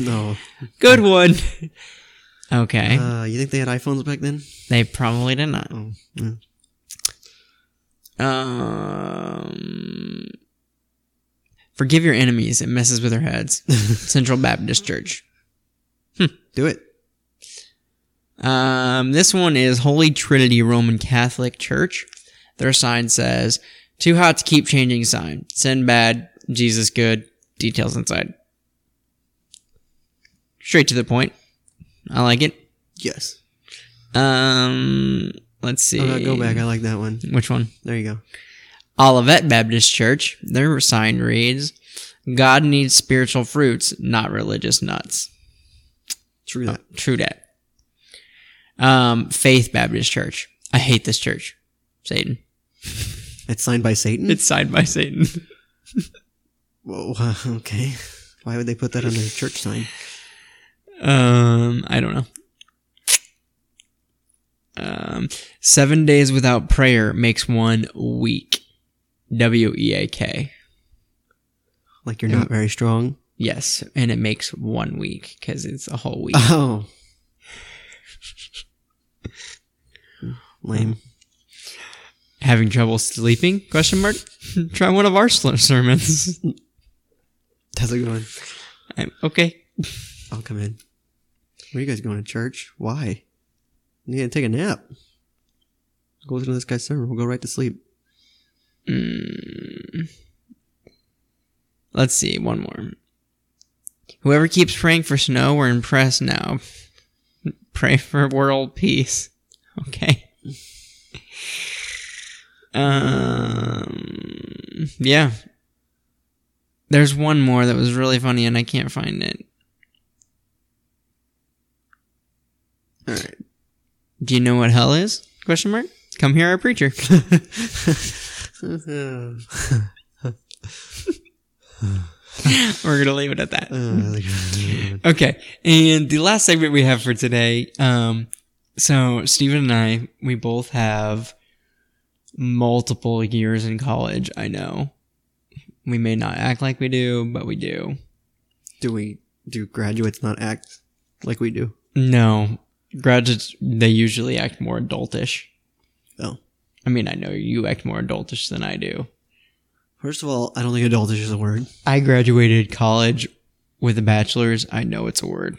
Speaker 2: No.
Speaker 1: Good one. Okay.
Speaker 2: Uh, you think they had iPhones back then?
Speaker 1: They probably did not.
Speaker 2: Oh, yeah.
Speaker 1: Um, forgive your enemies. It messes with their heads. Central Baptist Church.
Speaker 2: Do it.
Speaker 1: Um, this one is Holy Trinity Roman Catholic Church. Their sign says, "Too hot to keep changing." Sign: Sin bad, Jesus good. Details inside. Straight to the point. I like it.
Speaker 2: Yes.
Speaker 1: Um, let's see.
Speaker 2: Oh, no, go back. I like that one.
Speaker 1: Which one?
Speaker 2: There you go.
Speaker 1: Olivet Baptist Church, their sign reads, God needs spiritual fruits, not religious nuts. Eh.
Speaker 2: True that.
Speaker 1: True dat. Um, Faith Baptist Church. I hate this church. Satan.
Speaker 2: It's signed by Satan.
Speaker 1: It's signed by Satan.
Speaker 2: Whoa. Okay. Why would they put that on their church sign?
Speaker 1: Um, I don't know. Um, seven days without prayer makes one weak. W E A K.
Speaker 2: Like you're not very strong.
Speaker 1: Yes, and it makes one week because it's a whole week.
Speaker 2: Oh. Lame.
Speaker 1: having trouble sleeping question mark try one of our sl- sermons
Speaker 2: That's a good one.
Speaker 1: I'm, okay
Speaker 2: I'll come in. Where are you guys going to church? Why? You gonna take a nap? Go listen to this guy's sermon. We'll go right to sleep.
Speaker 1: Hmm. let's see one more whoever keeps praying for snow we're impressed now pray for world peace okay um yeah there's one more that was really funny and i can't find it
Speaker 2: All right.
Speaker 1: do you know what hell is question mark come here our preacher we're gonna leave it at that
Speaker 2: Uh,
Speaker 1: Okay, and the last segment we have for today. Um, so Stephen and I, we both have multiple years in college. I know we may not act like we do, but we do.
Speaker 2: do we do graduates not act like we do?
Speaker 1: No, graduates they usually act more adultish.
Speaker 2: Oh,
Speaker 1: I mean, I know you act more adultish than I do.
Speaker 2: First of all, I don't think adult is just a word.
Speaker 1: I graduated college with a bachelor's. I know it's a word.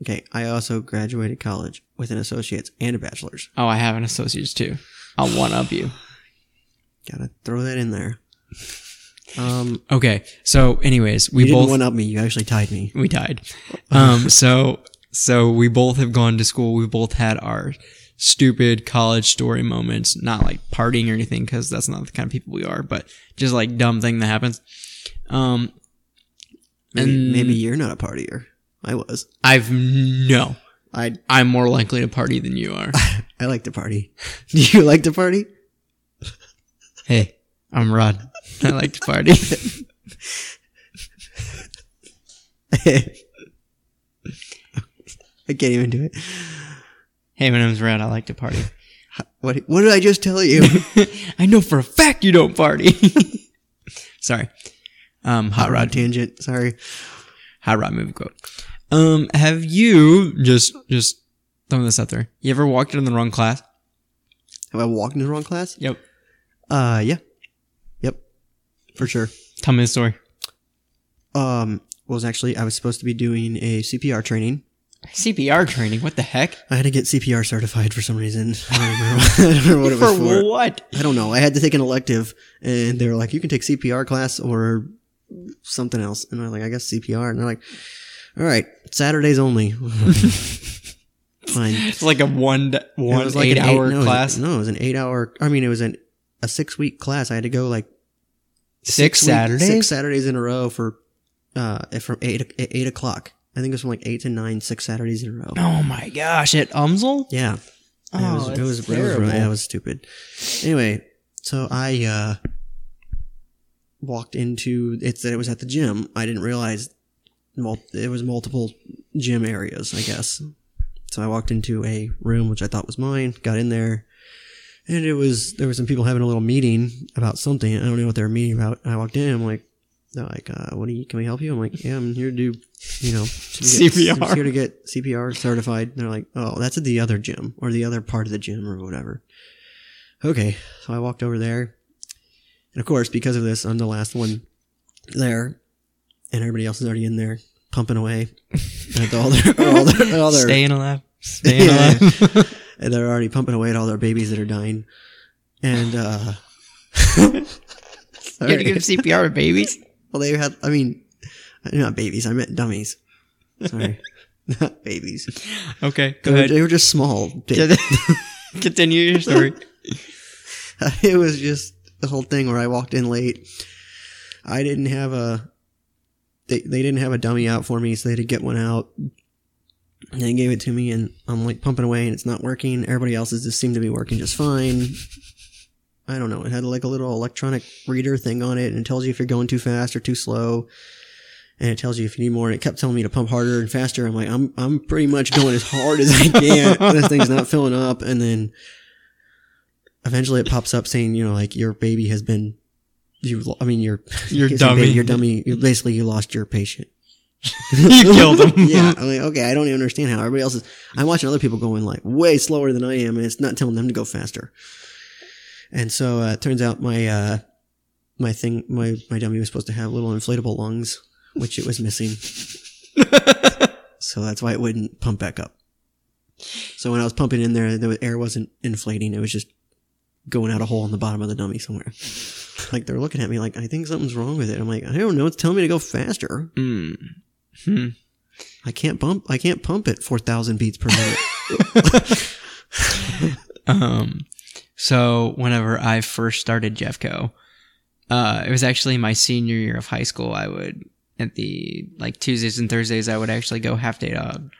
Speaker 2: Okay, I also graduated college with an associate's and a bachelor's.
Speaker 1: Oh, I have an associate's too. I'm one of you.
Speaker 2: Gotta throw that in there. Um,
Speaker 1: Okay. So, anyways,
Speaker 2: you
Speaker 1: we
Speaker 2: didn't
Speaker 1: both
Speaker 2: one up me. You actually tied me.
Speaker 1: we died. Um, so so we both have gone to school. We both had our stupid college story moments, not like partying or anything, because that's not the kind of people we are, but just like dumb thing that happens. Um,
Speaker 2: Maybe,
Speaker 1: And-
Speaker 2: maybe you're not a partier. I was.
Speaker 1: I've no.
Speaker 2: I
Speaker 1: I'm more likely to party than you are.
Speaker 2: I like to party. Do you like to party?
Speaker 1: hey, I'm Rod. I like to party.
Speaker 2: I can't even do it.
Speaker 1: hey, my name's Rod. I like to party.
Speaker 2: What What did I just tell you?
Speaker 1: I know for a fact you don't party. Sorry. Um, hot rod,
Speaker 2: tangent. Sorry.
Speaker 1: hot rod movie quote. Um, have you just just throwing this out there? You ever walked in the wrong class?
Speaker 2: Have I walked into the wrong class?
Speaker 1: Yep.
Speaker 2: Uh, yeah. Yep. For sure.
Speaker 1: Tell me the story.
Speaker 2: Um, was actually I was supposed to be doing a CPR training.
Speaker 1: CPR training. What the heck?
Speaker 2: I had to get CPR certified for some reason. I don't remember, I don't remember what it was for.
Speaker 1: what?
Speaker 2: I don't know. I had to take an elective, and they were like, "You can take CPR class or something else." And I was like, "I guess CPR." And they're like, "All right, Saturdays only." Fine.
Speaker 1: It's like a one d-
Speaker 2: It
Speaker 1: one
Speaker 2: was like an
Speaker 1: eight hour
Speaker 2: no, it was-
Speaker 1: class.
Speaker 2: no, it was an eight hour. I mean, it was an a six week class. I had to go like
Speaker 1: Six
Speaker 2: week-
Speaker 1: Saturdays.
Speaker 2: six Saturdays in a row for uh from eight o- eight o'clock. I think it was from like eight to nine, six Saturdays in a row.
Speaker 1: Oh my gosh! At Umsel.
Speaker 2: Yeah, And
Speaker 1: Oh,
Speaker 2: it was, it was, it was, really- that was stupid. Anyway, so I uh, walked into it. That it was at the gym. I didn't realize mul- it was multiple gym areas. I guess. So I walked into a room which I thought was mine. Got in there, and it was there were some people having a little meeting about something. I don't know what they were meeting about. I walked in. I'm like. They're like, uh, what do you, can we help you? I'm like, yeah, I'm here to do, you know, to get-
Speaker 1: CPR.
Speaker 2: I'm here to get CPR certified. And they're like, oh, that's at the other gym or the other part of the gym or whatever. Okay. So I walked over there. And of course, because of this, I'm the last one there. And everybody else is already in there pumping away. at all their, all their, all their
Speaker 1: Staying alive. Staying
Speaker 2: Yeah.
Speaker 1: alive.
Speaker 2: and they're already pumping away at all their babies that are dying. And uh
Speaker 1: You gotta give
Speaker 2: sorry.
Speaker 1: CPR to babies.
Speaker 2: well they had I mean not babies, I meant dummies. Sorry. not babies.
Speaker 1: Okay,
Speaker 2: They
Speaker 1: go
Speaker 2: were,
Speaker 1: ahead.
Speaker 2: they were just small.
Speaker 1: Continue your story.
Speaker 2: it was just the whole thing where I walked in late. I didn't have a they they didn't have a dummy out for me, so they had to get one out. And they gave it to me, and I'm like pumping away, and it's not working. Everybody else's just seemed to be working just fine. I don't know. It had like a little electronic reader thing on it, and it tells you if you're going too fast or too slow, and it tells you if you need more. And it kept telling me to pump harder and faster. I'm like, I'm I'm pretty much going as hard as I can. this thing's not filling up, and then eventually it pops up saying, you know, like your baby has been, you. lo- I mean, your
Speaker 1: Your
Speaker 2: it's like,
Speaker 1: dummy.
Speaker 2: ba- Your dummy. You, basically, you lost your patient.
Speaker 1: you killed him.
Speaker 2: yeah. I'm like, okay, I don't even understand how everybody else is. I'm watching other people going like way slower than I am, and it's not telling them to go faster. And so uh, it turns out my uh, my thing, my my dummy was supposed to have little inflatable lungs, which it was missing. So that's why it wouldn't pump back up. So when I was pumping in there, the air wasn't inflating; it was just going out a hole in the bottom of the dummy somewhere. Like they're looking at me, like I think something's wrong with it. I'm like, I don't know. It's telling me to go faster.
Speaker 1: Mm. Hmm.
Speaker 2: I can't pump. I can't pump it four thousand beats per minute.
Speaker 1: Um, so whenever I first started Jeffco, uh, it was actually my senior year of high school. I would at the like Tuesdays and Thursdays, I would actually go half day to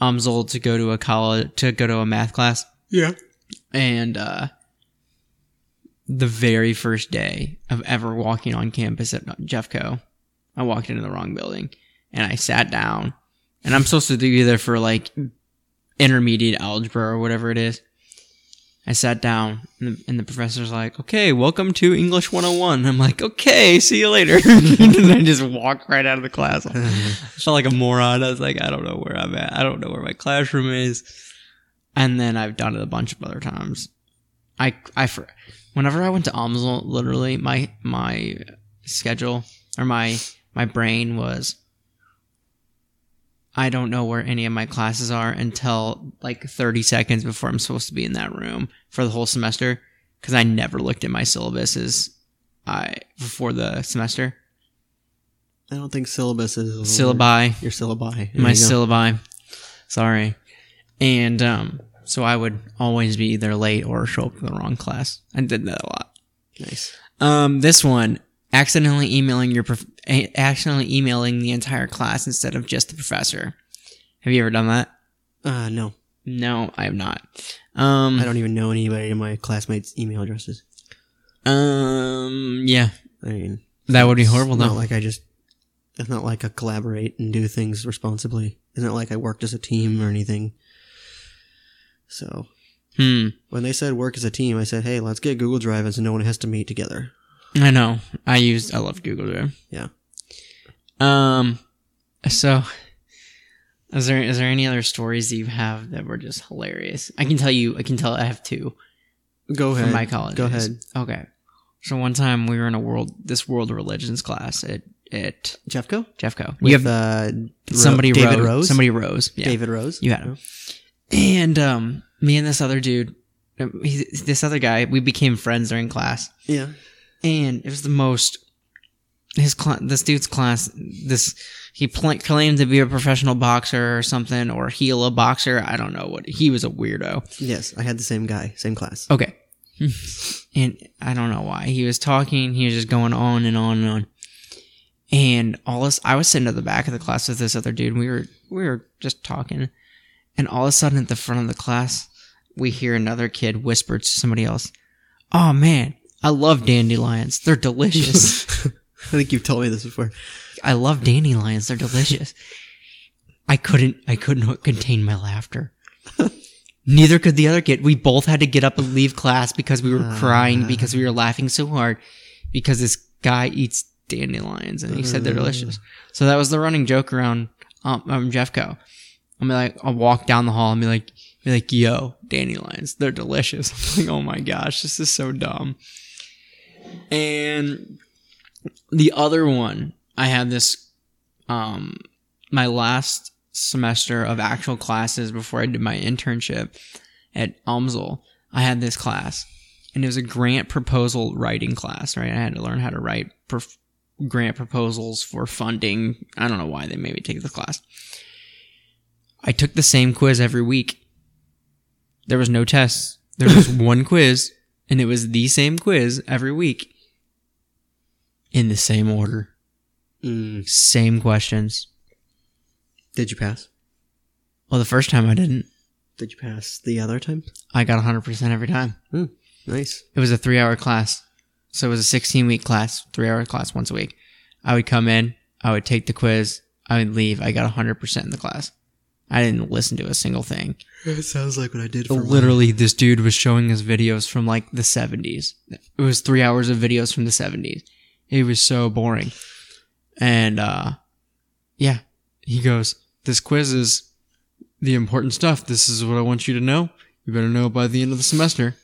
Speaker 1: Umsel to go to a college to go to a math class.
Speaker 2: yeah.
Speaker 1: and uh, the very first day of ever walking on campus at Jeffco, I walked into the wrong building and I sat down. And I'm supposed to be there for like intermediate algebra or whatever it is. I sat down and the, and the professor's like, okay, welcome to English 101. I'm like, okay, see you later. and I just walked right out of the class. I felt like a moron. I was like, I don't know where I'm at. I don't know where my classroom is. And then I've done it a bunch of other times. I I for, whenever I went to Amsel, literally my my schedule or my my brain was I don't know where any of my classes are until like 30 seconds before I'm supposed to be in that room for the whole semester cuz I never looked at my syllabuses I before the semester.
Speaker 2: I don't think syllabus is a word.
Speaker 1: Syllabi
Speaker 2: Your syllabi. There
Speaker 1: my
Speaker 2: you go.
Speaker 1: syllabi. Sorry. And um, so I would always be either late or show up in the wrong class. I did that a lot.
Speaker 2: Nice.
Speaker 1: Um, this one accidentally emailing your prof- a- accidentally emailing the entire class instead of just the professor. Have you ever done that?
Speaker 2: Uh, no,
Speaker 1: No, I have not. Um,
Speaker 2: I don't even know anybody in my classmates' email addresses.
Speaker 1: um, yeah,
Speaker 2: I mean,
Speaker 1: that would be
Speaker 2: it's
Speaker 1: horrible.
Speaker 2: Not
Speaker 1: Though.
Speaker 2: like I just. It's not like I collaborate and do things responsibly. It's not like I worked as a team or anything. So
Speaker 1: hmm.
Speaker 2: when they said work as a team, I said, "Hey, let's get Google Drive, and so no one has to meet together."
Speaker 1: I know. I used. I love Google Drive.
Speaker 2: Yeah.
Speaker 1: Um. So, is there is there any other stories that you have that were just hilarious? I can tell you. I can tell. I have two
Speaker 2: Go ahead.
Speaker 1: from my college.
Speaker 2: Go
Speaker 1: days.
Speaker 2: ahead.
Speaker 1: Okay. So one time we were in a world this world religions class at at
Speaker 2: Jeffco.
Speaker 1: Jeffco.
Speaker 2: With,
Speaker 1: You have
Speaker 2: uh, Ro-
Speaker 1: somebody
Speaker 2: David
Speaker 1: Ro-
Speaker 2: Rose.
Speaker 1: Somebody rose. Yeah.
Speaker 2: David Rose.
Speaker 1: You had him. And um, me and this other dude, he, this other guy, we became friends during class.
Speaker 2: Yeah.
Speaker 1: and it was the most his cl- this dude's class this he pl- claimed to be a professional boxer or something or heal a boxer i don't know what he was a weirdo
Speaker 2: Yes, I had the same guy, same class.
Speaker 1: okay and i don't know why he was talking he was just going on and on and on and all this i was sitting at the back of the class with this other dude and we were we were just talking and all of a sudden at the front of the class we hear another kid whisper to somebody else oh man i love dandelions they're delicious
Speaker 2: I think you've told me this before.
Speaker 1: I love dandelions. They're delicious. I couldn't I couldn't contain my laughter. Neither could the other kid. We both had to get up and leave class because we were crying because we were laughing so hard because this guy eats dandelions and he said they're delicious. So that was the running joke around um, um Jeffco. I'm like I'll walk down the hall and be like be like, yo, dandelions, they're delicious. I'm like, oh my gosh, this is so dumb. And the other one i had this um my last semester of actual classes before i did my internship at umsl i had this class and it was a grant proposal writing class right i had to learn how to write perf- grant proposals for funding i don't know why they made me take the class i took the same quiz every week there was no tests there was one quiz and it was the same quiz every week in the same order
Speaker 2: Mm.
Speaker 1: same questions.
Speaker 2: Did you pass?
Speaker 1: Well, the first time I didn't.
Speaker 2: Did you pass the other time?
Speaker 1: I got 100% every time.
Speaker 2: Nice.
Speaker 1: It was a three hour class. So it was a 16 week class, three hour class once a week. I would come in, I would take the quiz, I would leave. I got 100% in the class. I didn't listen to a single thing.
Speaker 2: It sounds like what I did
Speaker 1: Literally, this dude was showing us videos from like the 70s. It was three hours of videos from the 70s. It was so boring. And, uh, yeah, he goes, This quiz is the important stuff. This is what I want you to know. You better know by the end of the semester.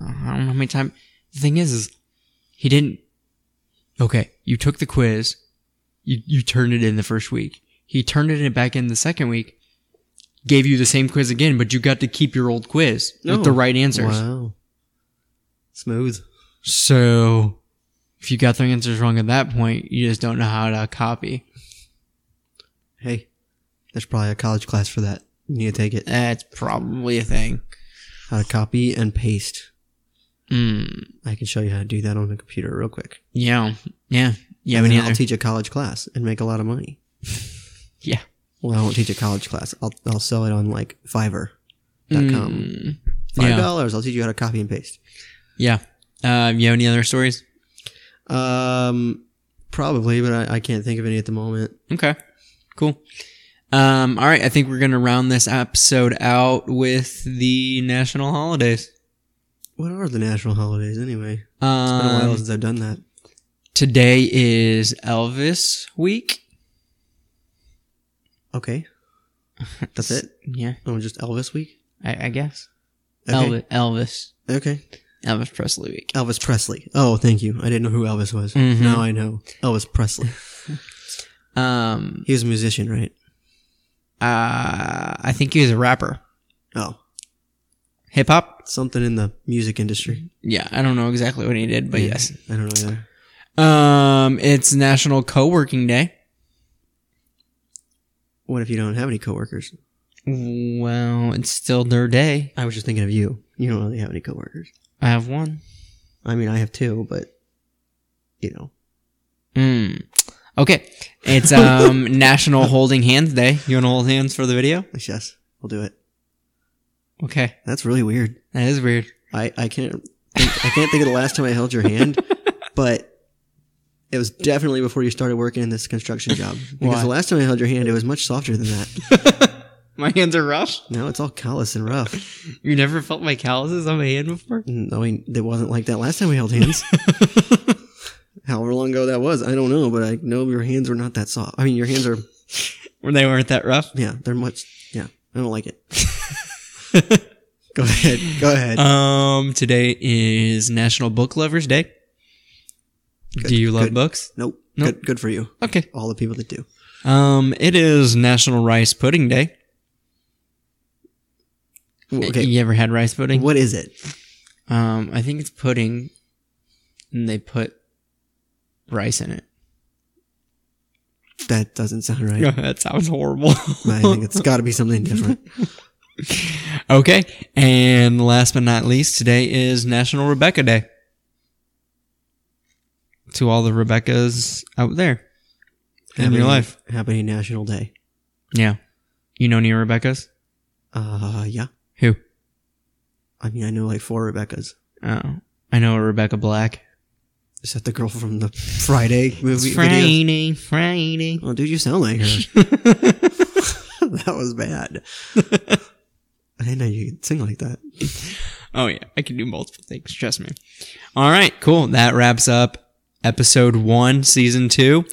Speaker 1: I don't know Uh-huh. how many times. The thing is, is he didn't. Okay, you took the quiz. You, you turned it in the first week. He turned it in back in the second week. Gave you the same quiz again, but you got to keep your old quiz
Speaker 2: No.
Speaker 1: with the right answers.
Speaker 2: Wow. Smooth.
Speaker 1: So, if you got the answers wrong at that point, you just don't know how to copy.
Speaker 2: Hey, there's probably a college class for that. You need to take it.
Speaker 1: That's probably a thing.
Speaker 2: How to copy and paste.
Speaker 1: Mm,
Speaker 2: I can show you how to do that on the computer real quick.
Speaker 1: yeah, yeah. You have
Speaker 2: And
Speaker 1: any
Speaker 2: then I'll
Speaker 1: other?
Speaker 2: teach a college class and make a lot of money.
Speaker 1: yeah.
Speaker 2: Well, I won't teach a college class. I'll, I'll sell it on like Fiverr.com.
Speaker 1: Mm,
Speaker 2: Five
Speaker 1: yeah.
Speaker 2: dollars. I'll teach you how to copy and paste.
Speaker 1: Yeah. Uh, you have any other stories?
Speaker 2: Um, probably, but I, I can't think of any at the moment.
Speaker 1: Okay. Cool. Um, all right. I think we're going to round this episode out with the national holidays.
Speaker 2: What are the national holidays anyway? It's been a while
Speaker 1: Um,
Speaker 2: since I've done that.
Speaker 1: today is Elvis week.
Speaker 2: Okay, that's it.
Speaker 1: Yeah.
Speaker 2: Oh, just Elvis week.
Speaker 1: I, I guess.
Speaker 2: Okay.
Speaker 1: Elvis, Elvis,
Speaker 2: okay.
Speaker 1: Elvis Presley week.
Speaker 2: Elvis Presley. Oh, thank you. I didn't know who Elvis was.
Speaker 1: Mhm.
Speaker 2: Now I know. Elvis Presley.
Speaker 1: Um,
Speaker 2: He was a musician, right?
Speaker 1: uh, I think he was a rapper,
Speaker 2: Oh,
Speaker 1: hip hop.
Speaker 2: something in the music industry.
Speaker 1: Yeah, I don't know exactly what he did, but
Speaker 2: Yeah,
Speaker 1: yes.
Speaker 2: I don't know either.
Speaker 1: Um, it's National Co-working Day.
Speaker 2: What if you don't have any coworkers?
Speaker 1: Well, it's still their day.
Speaker 2: I was just thinking of you. You don't really have any coworkers.
Speaker 1: I have one.
Speaker 2: I mean, I have two, but you know,
Speaker 1: Mm. Okay, it's um National Holding Hands Day. You want to hold hands for the video?
Speaker 2: yes, we'll do it.
Speaker 1: Okay,
Speaker 2: That's really weird.
Speaker 1: that is weird.
Speaker 2: I I can't think, I can't think of the last time I held your hand, but it was definitely before you started working in this construction job. Because
Speaker 1: Why?
Speaker 2: the last time I held your hand, it was much softer than that.
Speaker 1: My hands are rough.
Speaker 2: Now it's all callous and rough.
Speaker 1: You never felt my calluses on my hand before?
Speaker 2: No, I, it wasn't like that last time we held hands. However long ago that was, I don't know, but I know your hands were not that soft. I mean, your hands are
Speaker 1: Where they weren't that rough.
Speaker 2: yeah, they're much yeah. I don't like it. Go ahead, go ahead.
Speaker 1: Um, today is National Book Lovers Day.
Speaker 2: Good,
Speaker 1: Do you love
Speaker 2: good.
Speaker 1: books?
Speaker 2: Nope.
Speaker 1: Nope.
Speaker 2: Good, good for you.
Speaker 1: Okay.
Speaker 2: All the people that do.
Speaker 1: Um, it is National Rice Pudding Day.
Speaker 2: Okay.
Speaker 1: You ever had rice pudding?
Speaker 2: What is it?
Speaker 1: Um, I think it's pudding, and they put rice in it.
Speaker 2: That doesn't sound right.
Speaker 1: that sounds horrible.
Speaker 2: I think it's got to be something different.
Speaker 1: okay, and last but not least, today is National Rebecca Day. To all the Rebeccas out there in
Speaker 2: Happy-
Speaker 1: your life,
Speaker 2: Happy National Day.
Speaker 1: yeah, you know any Rebeccas?
Speaker 2: Uh, yeah.
Speaker 1: Who?
Speaker 2: I mean, I know like four Rebecca's.
Speaker 1: Oh, I know Rebecca Black.
Speaker 2: Is that the girl from the Friday movie? videos?
Speaker 1: Friday, Friday.
Speaker 2: Oh, dude, you sound like her. that was bad. I didn't know you could sing like that.
Speaker 1: Oh yeah, I can do multiple things. Trust me. All right, cool. That wraps up episode one, season two.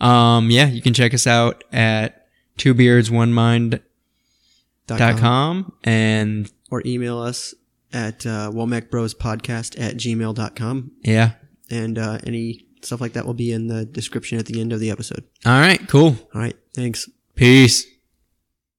Speaker 1: Um, yeah, you can check us out at twobeardsonemindcom and
Speaker 2: Or email us at uh, Podcast at gmail.com.
Speaker 1: yeah.
Speaker 2: And uh, any stuff like that will be in the description at the end of the episode.
Speaker 1: All right, cool.
Speaker 2: All right. Thanks.
Speaker 1: Peace.